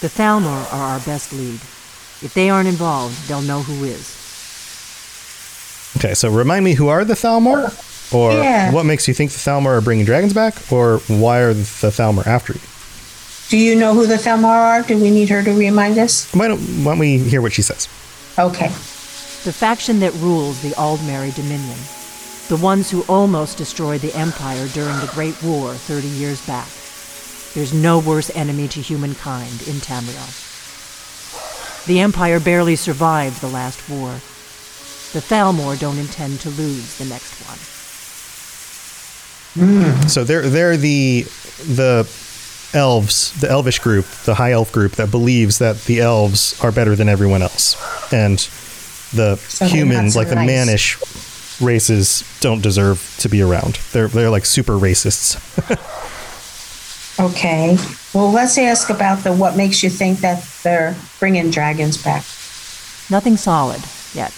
S7: The Thalmor are our best lead. If they aren't involved, they'll know who is.
S2: okay, so remind me, who are the Thalmor? Or
S3: Yeah.
S2: what makes you think the Thalmor are bringing dragons back? Or why are the Thalmor after you?
S3: Do you know who the Thelmar are? Do we need her to remind us?
S2: Why don't, why don't we hear what she says?
S3: Okay.
S7: The faction that rules the Aldmeri Dominion. The ones who almost destroyed the Empire during the Great War 30 years back. There's no worse enemy to humankind in Tamriel. The Empire barely survived the last war. The Thalmor don't intend to lose the next one.
S2: So they're they're the the elves, the elvish group, the high elf group that believes that the elves are better than everyone else, and the
S3: they're not
S2: humans,
S3: so
S2: like the
S3: nice.
S2: mannish races, don't deserve to be around. They're they're like super racists.
S3: Okay. Well, let's ask about the what makes you think that they're bringing dragons back.
S7: Nothing solid yet.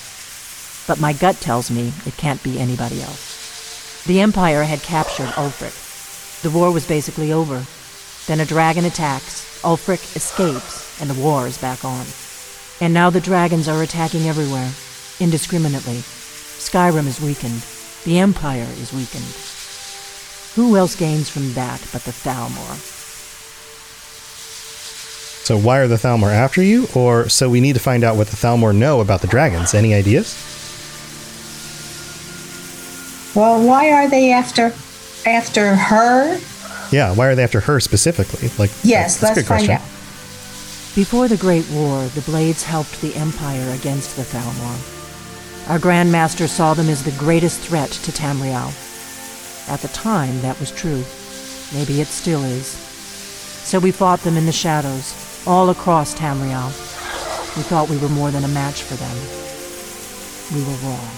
S7: But my gut tells me it can't be anybody else. The Empire had captured Ulfric. The war was basically over. Then a dragon attacks, Ulfric escapes, and the war is back on. And now the dragons are attacking everywhere, indiscriminately. Skyrim is weakened. The Empire is weakened. Who else gains from that but the Thalmor?
S2: So why are the Thalmor after you? Or so we need to find out what the Thalmor know about the dragons. Any ideas?
S3: Well, why are they after after her?
S2: Yeah, why are they after her specifically? Like
S3: Yes,
S2: that's a
S3: let's
S2: good
S3: find
S2: question.
S3: out.
S7: Before the Great War, the Blades helped the Empire against the Thalmor. Our Grand Master saw them as the greatest threat to Tamriel. At the time, that was true. Maybe it still is. So we fought them in the shadows, all across Tamriel. We thought we were more than a match for them. We were wrong.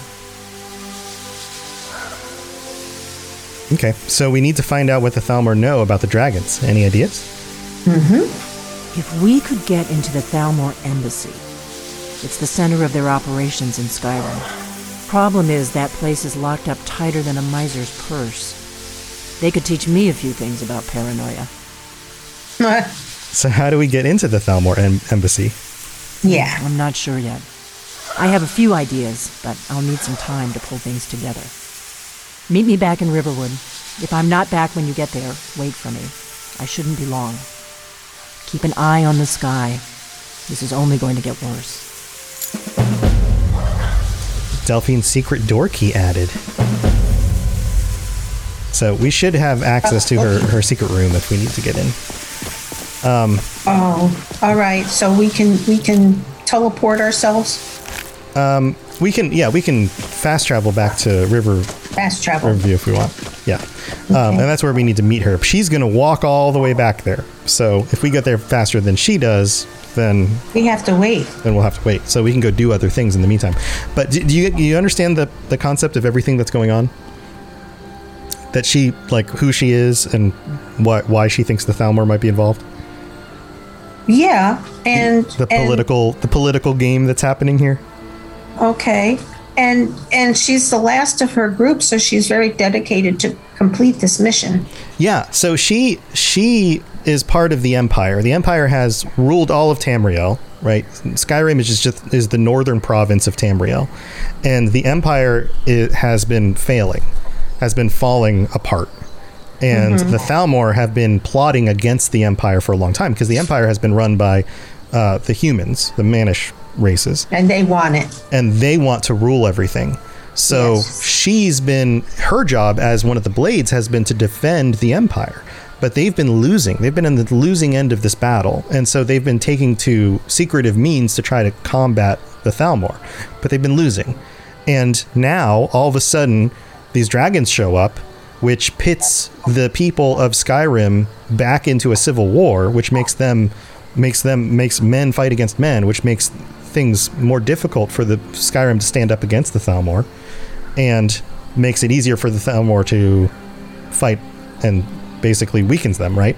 S2: Okay, so we need to find out what the Thalmor know about the dragons. Any ideas?
S3: Mm-hmm.
S7: If we could get into the Thalmor embassy, it's the center of their operations in Skyrim. Problem is, that place is locked up tighter than a miser's purse. They could teach me a few things about paranoia.
S2: So how do we get into the Thalmor em- embassy?
S3: yeah.
S7: I'm not sure yet. I have a few ideas, but I'll need some time to pull things together. Meet me back in Riverwood. If I'm not back when you get there, wait for me. I shouldn't be long. Keep an eye on the sky. This is only going to get worse.
S2: Delphine's secret door key added. So we should have access to her, her secret room if we need to get in.
S3: Oh, all right. So we can we can teleport ourselves
S2: We can, yeah, we can fast travel back to River
S3: fast travel.
S2: Riverview if we want. Yeah, um, and that's where we need to meet her. She's gonna walk all the way back there. So if we get there faster than she does, then
S3: We have to wait.
S2: then we'll have to wait. So we can go do other things in the meantime. But do, do you you understand the the concept of everything that's going on? That she like who she is and what why she thinks the Thalmor might be involved.
S3: Yeah, and
S2: The
S3: and-
S2: political the political game that's happening here.
S3: okay, and and she's the last of her group, so she's very dedicated to complete this mission.
S2: Yeah, so she she is part of the Empire. The Empire has ruled all of Tamriel, right? Skyrim is just is the northern province of Tamriel, and the Empire i has been failing, has been falling apart, and the Thalmor have been plotting against the Empire for a long time because the Empire has been run by uh, the humans, the Manish races,
S3: And they want it.
S2: and they want to rule everything. So
S3: Yes.
S2: she's been her job as one of the blades has been to defend the empire, but they've been losing. They've been in the losing end of this battle, and so they've been taking to secretive means to try to combat the Thalmor, but they've been losing. And now all of a sudden, these dragons show up, which pits the people of Skyrim back into a civil war, which makes them makes them makes men fight against men, which makes things more difficult for the Skyrim to stand up against the Thalmor, and makes it easier for the Thalmor to fight and basically weakens them, right?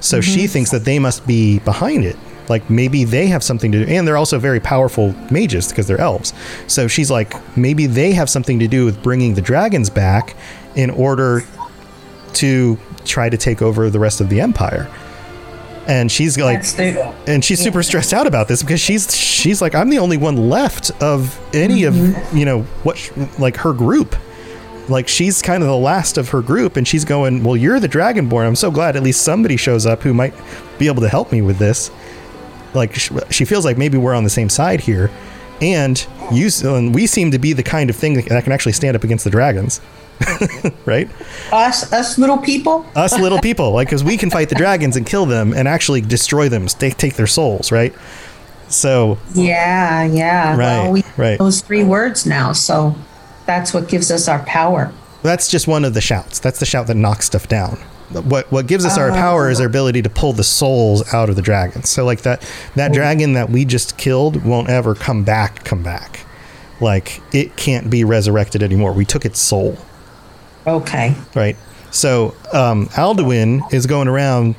S2: So she thinks that they must be behind it. Like maybe they have something to do, and they're also very powerful mages because they're elves. So she's like, maybe they have something to do with bringing the dragons back in order to try to take over the rest of the empire. And she's like,
S3: That's the
S2: and she's super stressed out about this because she's she's like I'm the only one left of any of you know what sh- like her group like she's kind of the last of her group and she's going well you're the dragonborn I'm so glad at least somebody shows up who might be able to help me with this like sh- she feels like maybe we're on the same side here and you s- and we seem to be the kind of thing that can actually stand up against the dragons right
S3: us us little people.
S2: us little people like because we can fight the dragons and kill them and actually destroy them take, take their souls right so
S3: Yeah, yeah.
S2: Right,
S3: well, we
S2: right.
S3: Those three words now, so that's what gives us our power.
S2: that's just one of the shouts that's the shout that knocks stuff down what what gives us our power is our ability to pull the souls out of the dragons so like that that dragon that we just killed won't ever come back come back like it can't be resurrected anymore we took its soul
S3: Okay.
S2: right? So um, Alduin is going around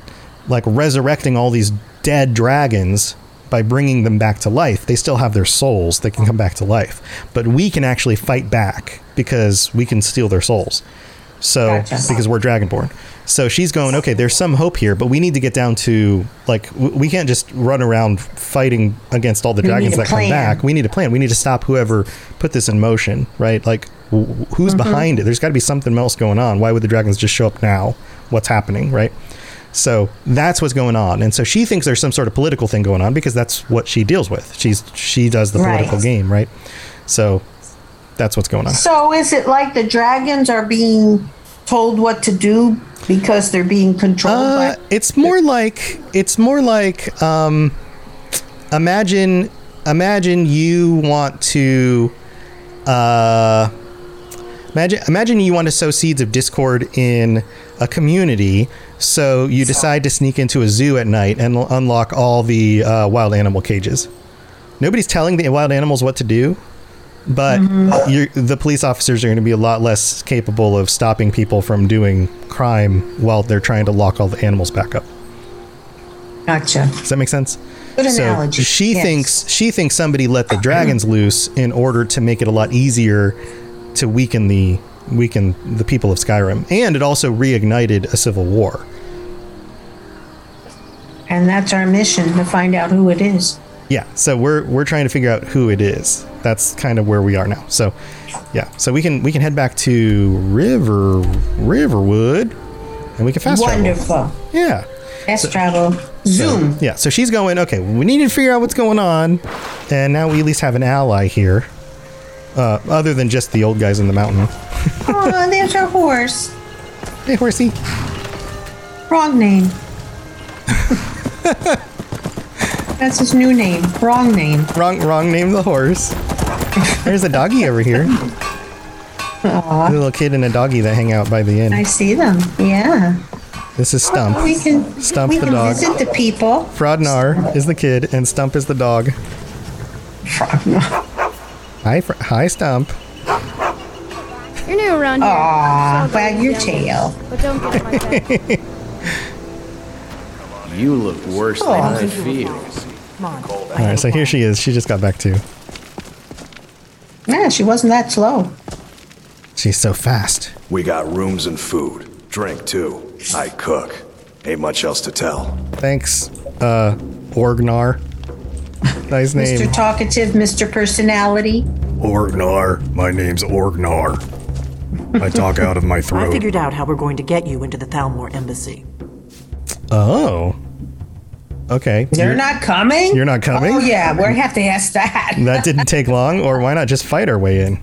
S2: like resurrecting all these dead dragons by bringing them back to life. They still have their souls; they can come back to life, but we can actually fight back because we can steal their souls. So
S3: Gotcha.
S2: because we're dragonborn. So she's going, okay, there's some hope here, but we need to get down to like w- we can't just run around fighting against all the
S3: We need
S2: dragons
S3: a
S2: that come
S3: plan.
S2: back. We need a plan. We need to stop whoever put this in motion, right? Like, w- who's behind it? There's got to be something else going on. Why would the dragons just show up now? What's happening, right? So that's what's going on, and so she thinks there's some sort of political thing going on because that's what she deals with. She's she does the
S3: Right.
S2: political game, right? So that's what's going on.
S3: So is it like the dragons are being told what to do because they're being controlled
S2: Uh,
S3: by
S2: it's more like it's more like um, imagine imagine you want to uh, imagine imagine you want to sow seeds of discord in a community. So you decide to sneak into a zoo at night and l- unlock all the uh, wild animal cages. Nobody's telling the wild animals what to do, but
S3: Mm-hmm.
S2: you're, the police officers are going to be a lot less capable of stopping people from doing crime while they're trying to lock all the animals back up.
S3: gotcha.
S2: Does that make sense?
S3: Good
S2: so
S3: analogy.
S2: she
S3: Yes.
S2: thinks she thinks somebody let the dragons loose in order to make it a lot easier to weaken the weaken the people of Skyrim, and it also reignited a civil war.
S3: And that's our mission to find out who it is.
S2: Yeah, so we're we're trying to figure out who it is. That's kind of where we are now. So, yeah, so we can we can head back to River Riverwood, and we can fast travel.
S3: Wonderful.
S2: Yeah,
S3: Fast travel. Zoom.
S2: yeah. So she's going. Okay, we need to figure out what's going on, and now we at least have an ally here, uh, other than just the old guys in the mountain.
S3: oh, there's our horse.
S2: Hey, horsey.
S3: Wrong name. That's his new name. Wrong name.
S2: Wrong, wrong name. of The horse. There's a doggy over here. A little kid and a doggy that hang out by the inn.
S3: I see them. Yeah.
S2: This is Stump.
S3: We can
S2: Stump
S3: we
S2: the
S3: can
S2: dog.
S3: visit the people.
S2: Frodnar is the kid, and Stump is the dog. Hi, Fr- hi, Stump.
S10: You're new around here.
S3: Aw,
S10: I'll go
S3: wag your
S10: down.
S3: tail.
S10: But don't get in my bed.
S8: You look worse
S3: Oh,
S8: than I feel.
S2: All right, so here she is. She just got back too.
S3: Yeah, she wasn't that slow.
S2: She's so fast.
S6: We got rooms and food. Drink, too. I cook. Ain't much else to tell.
S2: Thanks, uh, Orgnar. Nice name.
S3: Mr. Talkative, Mr. Personality.
S1: Orgnar. My name's Orgnar. I talk out of my
S7: I
S1: throat.
S7: figured out how we're going to get you into the Thalmor Embassy.
S2: Oh. Okay.
S3: They're
S2: You're-
S3: not coming?
S2: you're not coming?
S3: Oh, yeah. We're going to have to ask that.
S2: that didn't take long, or why not just fight our way in?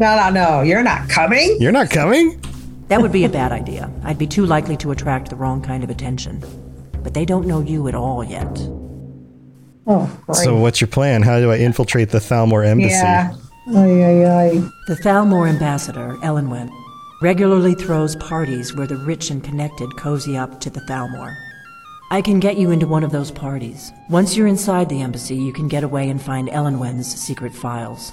S3: No, no, no. You're not coming?
S2: You're not coming?
S7: That would be a bad idea. I'd be too likely to attract the wrong kind of attention. But they don't know you at all yet.
S3: Oh, great.
S2: So, what's your plan? How do I infiltrate the Thalmor embassy?
S3: yeah. Ay, ay, ay.
S7: The Thalmor ambassador, Ellenwen, regularly throws parties where the rich and connected cozy up to the Thalmor. I can get you into one of those parties. Once you're inside the embassy, you can get away and find Ellenwen's secret files.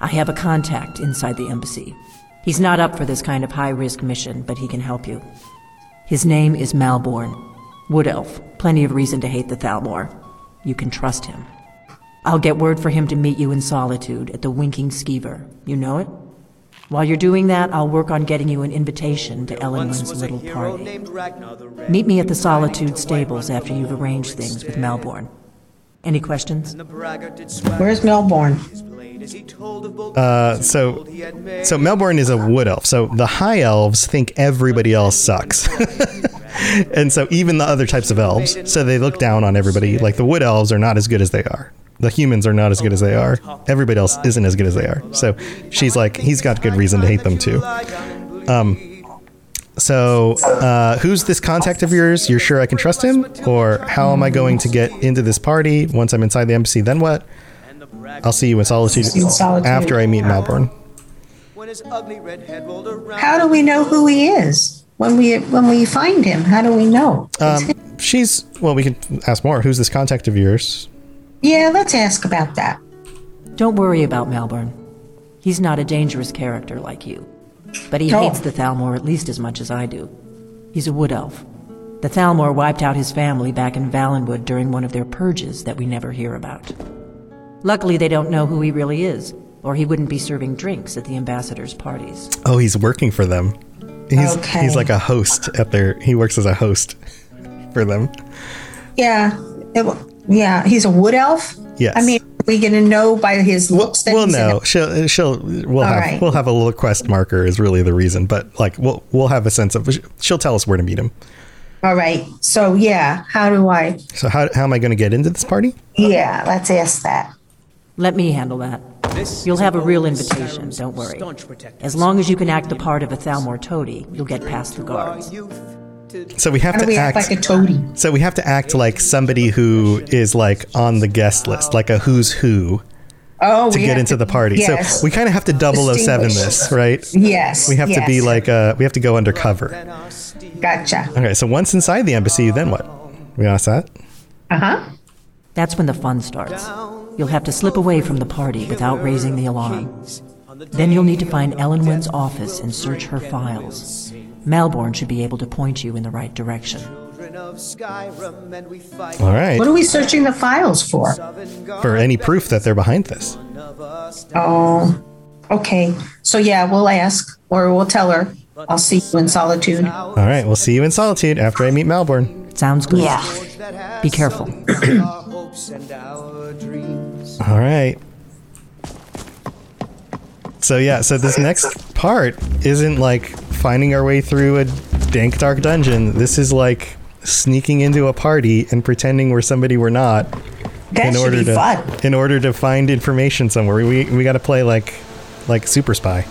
S7: I have a contact inside the embassy. He's not up for this kind of high risk mission, but he can help you. His name is Malborn, Wood Elf. Plenty of reason to hate the Thalmor. You can trust him. I'll get word for him to meet you in solitude at the Winking Skeever. You know it? While you're doing that, I'll work on getting you an invitation to Ellen
S5: Once
S7: Wynn's
S5: was a
S7: little
S5: hero
S7: party.
S5: named Ragnar the Red.
S7: Meet me at the
S5: Riding
S7: Solitude
S5: to
S7: stables
S5: Whiterun
S7: after
S5: the
S7: you've
S5: Lord
S7: arranged
S5: would
S7: things with
S5: stare.
S7: Melbourne. Any questions?
S5: The braggart did swag
S3: Where's Melbourne?
S5: his blade as he told of bold
S2: Uh,
S5: deeds
S2: so,
S5: bold he had made.
S2: so Melbourne is a wood elf. So the high elves think everybody else sucks, and so even the other types of elves. So they look down on everybody. Like the wood elves are not as good as they are. The humans are not as good as they are. Everybody else isn't as good as they are. So she's like, he's got good reason to hate them too.
S5: Um,
S2: So uh, who's this contact of yours? You're sure I can trust him, or how am I going to get into this party once I'm inside the embassy? Then what? I'll see you in solitude
S3: In solitude.
S2: after I meet Melbourne.
S3: How do we know who he is? When we when we find him, how do we know?
S2: Um, she's well. We can ask more. Who's this contact of yours?
S3: yeah, let's ask about that.
S7: Don't worry about Melbourne. He's not a dangerous character like you. But he
S3: Oh.
S7: hates the Thalmor at least as much as I do. He's a wood elf. The Thalmor wiped out his family back in Valenwood during one of their purges that we never hear about. Luckily, they don't know who he really is, or he wouldn't be serving drinks at the ambassador's parties.
S2: Oh, he's working for them. He's
S3: Okay.
S2: he's like a host at their. He works as a host for them.
S3: Yeah, it, w- yeah, he's a wood elf.
S2: Yes.
S3: I mean, are we gonna know by his looks that
S2: Well,
S3: he's
S2: no,
S3: An,
S2: she'll she'll we'll have
S3: right.
S2: we'll have a little quest marker is really the reason, but like we'll we'll have a sense of she'll tell us where to meet him.
S3: all right. So yeah, how do I?
S2: So how how am I going to get into this party?
S3: Yeah, let's ask that.
S7: Let me handle that. You'll have a real invitation, don't worry. As long as you can act the part of a Thalmor toady, you'll get past the guards.
S2: So we have
S3: How do
S2: to
S3: we act
S2: act.
S3: like a toady?
S2: so we have to act like somebody who is like on the guest list, like a who's who,
S3: Oh,
S2: to
S3: we
S2: get
S3: have
S2: into the party.
S3: Yes,
S2: So we kind of have to 007
S3: Distinguish.
S2: this, right?
S3: yes,
S2: We have to be
S3: yes.
S2: like uh, we have to go undercover.
S3: Gotcha.
S2: Okay, so once inside the embassy, then what? We ask that.
S3: Uh huh.
S7: That's when the fun starts. You'll have to slip away from the party without raising the alarm. Then you'll need to find Ellen Wynn's office and search her files. Malborn should be able to point you in the right direction.
S2: All right,
S3: What are we searching the files for?
S2: for any proof that they're behind this.
S3: Oh, okay. So yeah, we'll ask, or we'll tell her. I'll see you in solitude.
S2: All right, we'll see you in solitude after I meet Melbourne.
S7: Sounds good. Be careful.
S5: hopes and our dreams.
S2: All right. So yeah, so this next part isn't like finding our way through a dank dark dungeon. This is like sneaking into a party and pretending we're somebody we're not.
S3: That should be
S2: to
S3: fun.
S2: in order to find information somewhere. We we got to play like like super spy.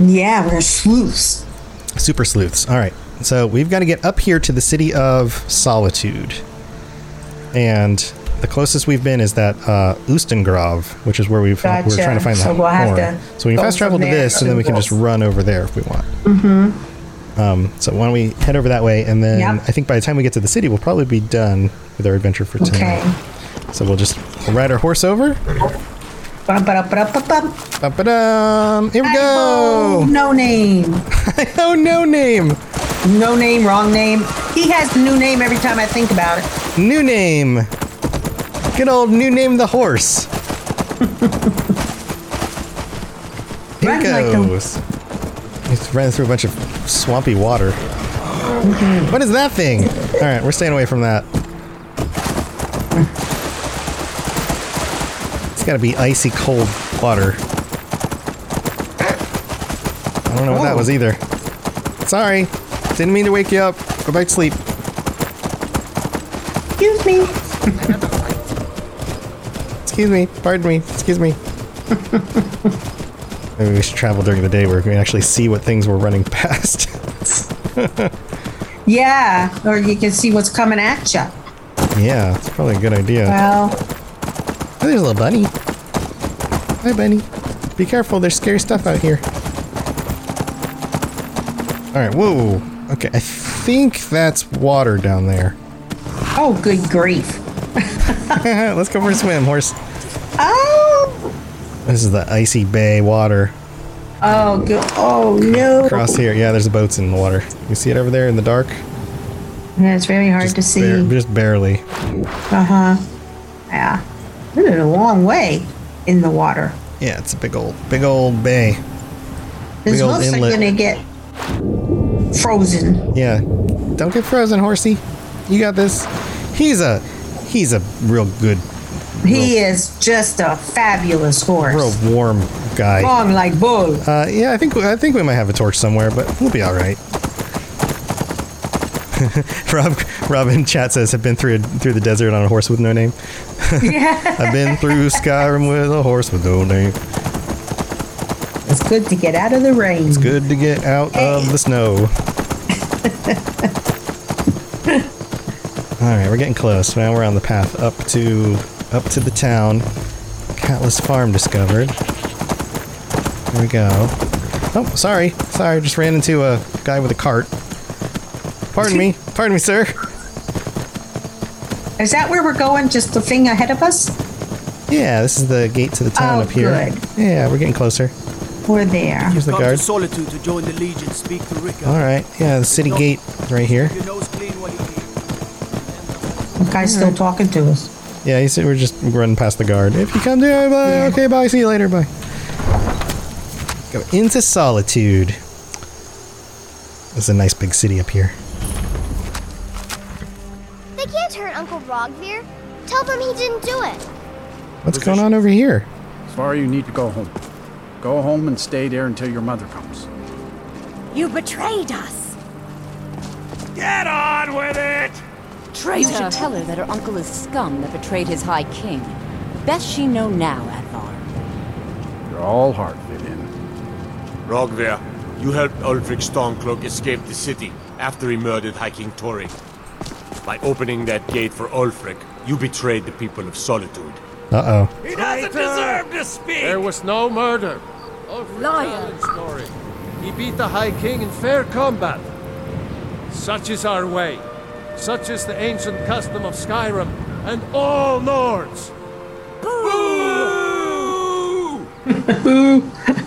S3: Yeah, we're sleuths.
S2: Super sleuths. All right. So we've got to get up here to the city of solitude. And the closest we've been is that uh, Ustengrav, which is where we've we
S3: Gotcha.
S2: are trying to find
S3: So
S2: that
S3: we'll have to
S2: so we
S3: go
S2: can fast travel to
S3: from there
S2: this, and then we can
S3: to
S2: just run over there if we want.
S3: Mm-hmm.
S2: Um, so why don't we head over that way, and then
S3: Yep.
S2: I think by the time we get to the city, we'll probably be done with our adventure for tonight. So we'll just we'll ride our horse over.
S3: Bum, ba-dum, ba-dum, ba-dum.
S2: Ba-ba-dum. Here we go.
S3: No name.
S2: I know no name.
S3: No name, wrong name. He has the new name every time I think about it.
S2: New name. Good old new name the horse. Here
S3: Run
S2: it
S3: like the-
S2: goes. He's running through a bunch of swampy water. What is that thing? All right, we're staying away from that. It's got to be icy cold water. I don't know what that was either. Sorry. Didn't mean to wake you up. Go back to sleep.
S3: Excuse me.
S2: Excuse me. Pardon me. Excuse me. Maybe we should travel during the day where we can actually see what things we're running past.
S3: Yeah, or you can see what's coming at you.
S2: yeah, it's probably a good idea.
S3: Well,
S2: Oh, there's a little bunny. Hi, bunny. Be careful, there's scary stuff out here. Alright, whoa. Okay, I think that's water down there.
S3: oh, good grief.
S2: Let's go for a swim, horse.
S3: Oh,
S2: This is the icy bay water.
S3: oh, good. Oh no.
S2: Across here, yeah, there's boats in the water. You see it over there in the dark?
S3: Yeah, it's very hard to see.
S2: Bare- just barely.
S3: Uh huh. Yeah, we're in a long way in the water.
S2: Yeah, it's a big old, big old bay.
S3: It's
S2: Big old
S3: mostly
S2: inlet.
S3: gonna get frozen.
S2: Yeah, don't get frozen, horsey. You got this. He's a, he's a real good,
S3: He is just a fabulous
S2: real
S3: horse.
S2: warm guy.
S3: Long like bull.
S2: Uh, yeah, I think I think we might have a torch somewhere, but we'll be all right. Rob, Rob in chat says I've been through through the desert on a horse with no name.
S3: yeah,
S2: I've been through Skyrim with a horse with no name.
S3: it's good to get out of the rain. It's
S2: Good to get out of the snow. All right, we're getting close. Now we're on the path up to up to the town. Catless Farm discovered. There we go. Oh, sorry, sorry. Just ran into a guy with a cart. Pardon me, pardon me, sir.
S3: Is that where we're going? Just the thing ahead of us?
S2: Yeah, this is the gate to the town
S3: Oh,
S2: up here.
S3: good.
S2: Yeah, we're getting closer.
S3: We're there.
S2: Here's the
S5: Come to
S2: guard.
S5: solitude to join the legion. Speak to Ricker.
S2: All right, yeah, the city gate is right here.
S5: Your nose clean while you eat.
S3: The guy's still talking to us.
S2: Yeah, he said we're just running past the guard. If you come to, uh, bye. Okay, bye. See you later. Bye. Go into solitude. There's a nice big city up here.
S10: They can't hurt Uncle Rogvir. Tell them he didn't do it.
S2: What's going on over here?
S8: Svaru, you need to go home. Go home and stay there until your mother comes.
S11: You betrayed us.
S4: Get on with it!
S11: You should tell her that her uncle is scum that betrayed his high king. Best she know now, Advar.
S8: You're all hard in.
S4: Rogvir, you helped Ulfric Stormcloak escape the city after he murdered High King Tori. By opening that gate for Ulfric, you betrayed the people of Solitude.
S2: Uh oh.
S4: He doesn't deserve to speak!
S12: There was no murder. Ulfric challenged Nori. He beat the High King in fair combat. Such is our way. Such is the ancient custom of Skyrim and all Nords.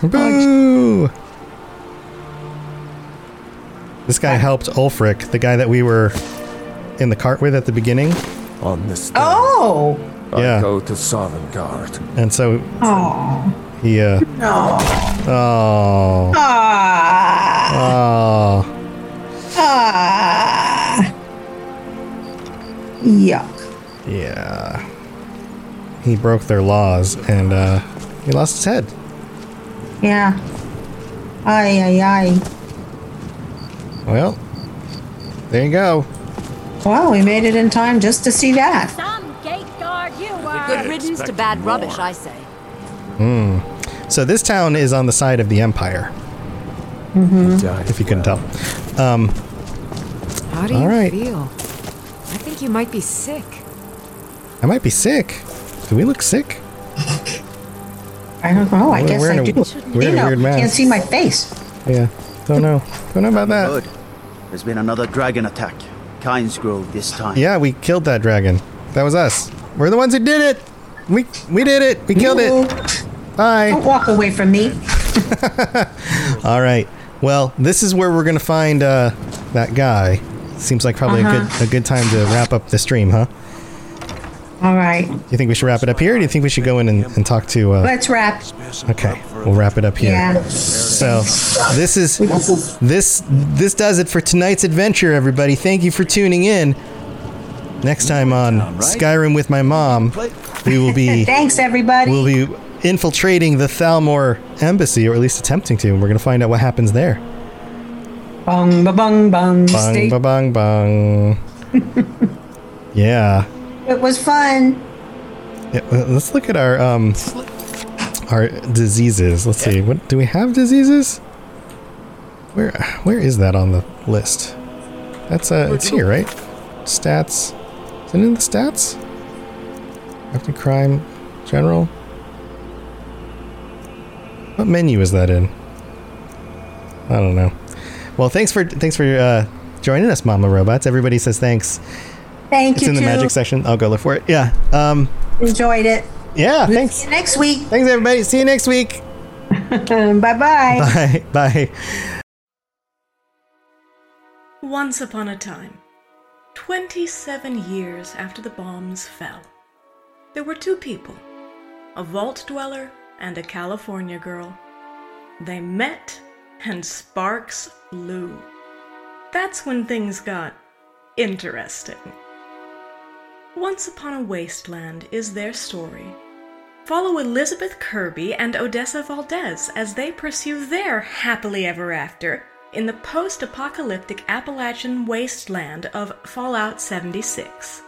S2: Boo! This guy helped Ulfric, the guy that we were in the cart with at the beginning.
S4: On this.
S3: Oh!
S2: Yeah.
S4: Go to Sovngarde.
S2: And so
S3: Oh.
S2: he, uh.
S3: No.
S2: Oh.
S3: Ah.
S2: Oh.
S3: Ah. Yuck.
S2: Yeah. he broke their laws and uh, he lost his head.
S3: Yeah. Ay, ay, ay.
S2: Well, there you go.
S3: Well, we made it in time just to see that.
S11: Good riddance to bad rubbish, I say.
S2: Hmm. So this town is on the side of the empire, if you couldn't tell. Um,
S13: How do
S2: All
S13: you
S2: right.
S13: feel? I think you might be sick.
S2: I might be sick. Do we look sick?
S3: I don't know. I
S2: We're
S3: guess
S2: wearing
S3: I
S2: a-
S3: do.
S2: wearing a
S3: You know,
S2: weird
S3: can't
S2: mask.
S3: see my face.
S2: Yeah. Don't know. Don't know about that.
S14: Good. There's been another dragon attack. Kynes Grove this time.
S2: Yeah, we killed that dragon. That was us. We're the ones who did it. We we did it. We killed it. Bye. Don't
S3: walk away from me.
S2: All right. Well, this is where we're gonna find uh, that guy. Seems like probably a
S3: Uh-huh.
S2: good a good time to wrap up the stream, huh?
S3: All right.
S2: You think we should wrap it up here? Or do you think we should go in and, and talk to? Uh,
S3: Let's wrap.
S2: Okay, we'll wrap it up here.
S3: Yeah.
S2: So this is this this does it for tonight's adventure, everybody. Thank you for tuning in. Next time on Skyrim with my mom, we will be
S3: Thanks, everybody.
S2: we'll be infiltrating the Thalmor embassy, or at least attempting to, and we're gonna find out what happens there.
S3: Bong, ba, bong, bong.
S2: Bang,
S3: Stay-
S2: ba, bang, bang. yeah.
S3: It was fun.
S2: Yeah, well, Let's look at our um our diseases. Let's see. What do we have diseases? Where where is that on the list? That's uh it's here, right? Stats. Is it in the stats? Active crime general. What menu is that in? I don't know. Well, thanks for thanks for uh, joining us, Mama Robots. Everybody says thanks.
S3: Thank
S2: It's
S3: you.
S2: in the
S3: too.
S2: magic section. I'll go look for it. Yeah. Um,
S3: Enjoyed it.
S2: yeah. Thanks.
S3: Next week. Um,
S2: Thanks, everybody. See you next week.
S3: Bye-bye.
S2: Bye. Bye.
S15: Once upon a time, 27 years after the bombs fell, there were two people, a vault dweller and a California girl. They met and sparks flew. That's when things got interesting. Once Upon a Wasteland is their story. Follow Elizabeth Kirby and Odessa Valdez as they pursue their happily ever after in the post apocalyptic Appalachian wasteland of Fallout 76.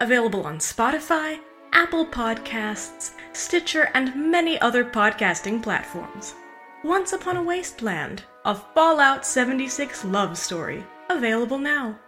S15: Available on Spotify, Apple Podcasts, Stitcher, and many other podcasting platforms. Once Upon a Wasteland, a Fallout 76 love story. Available now.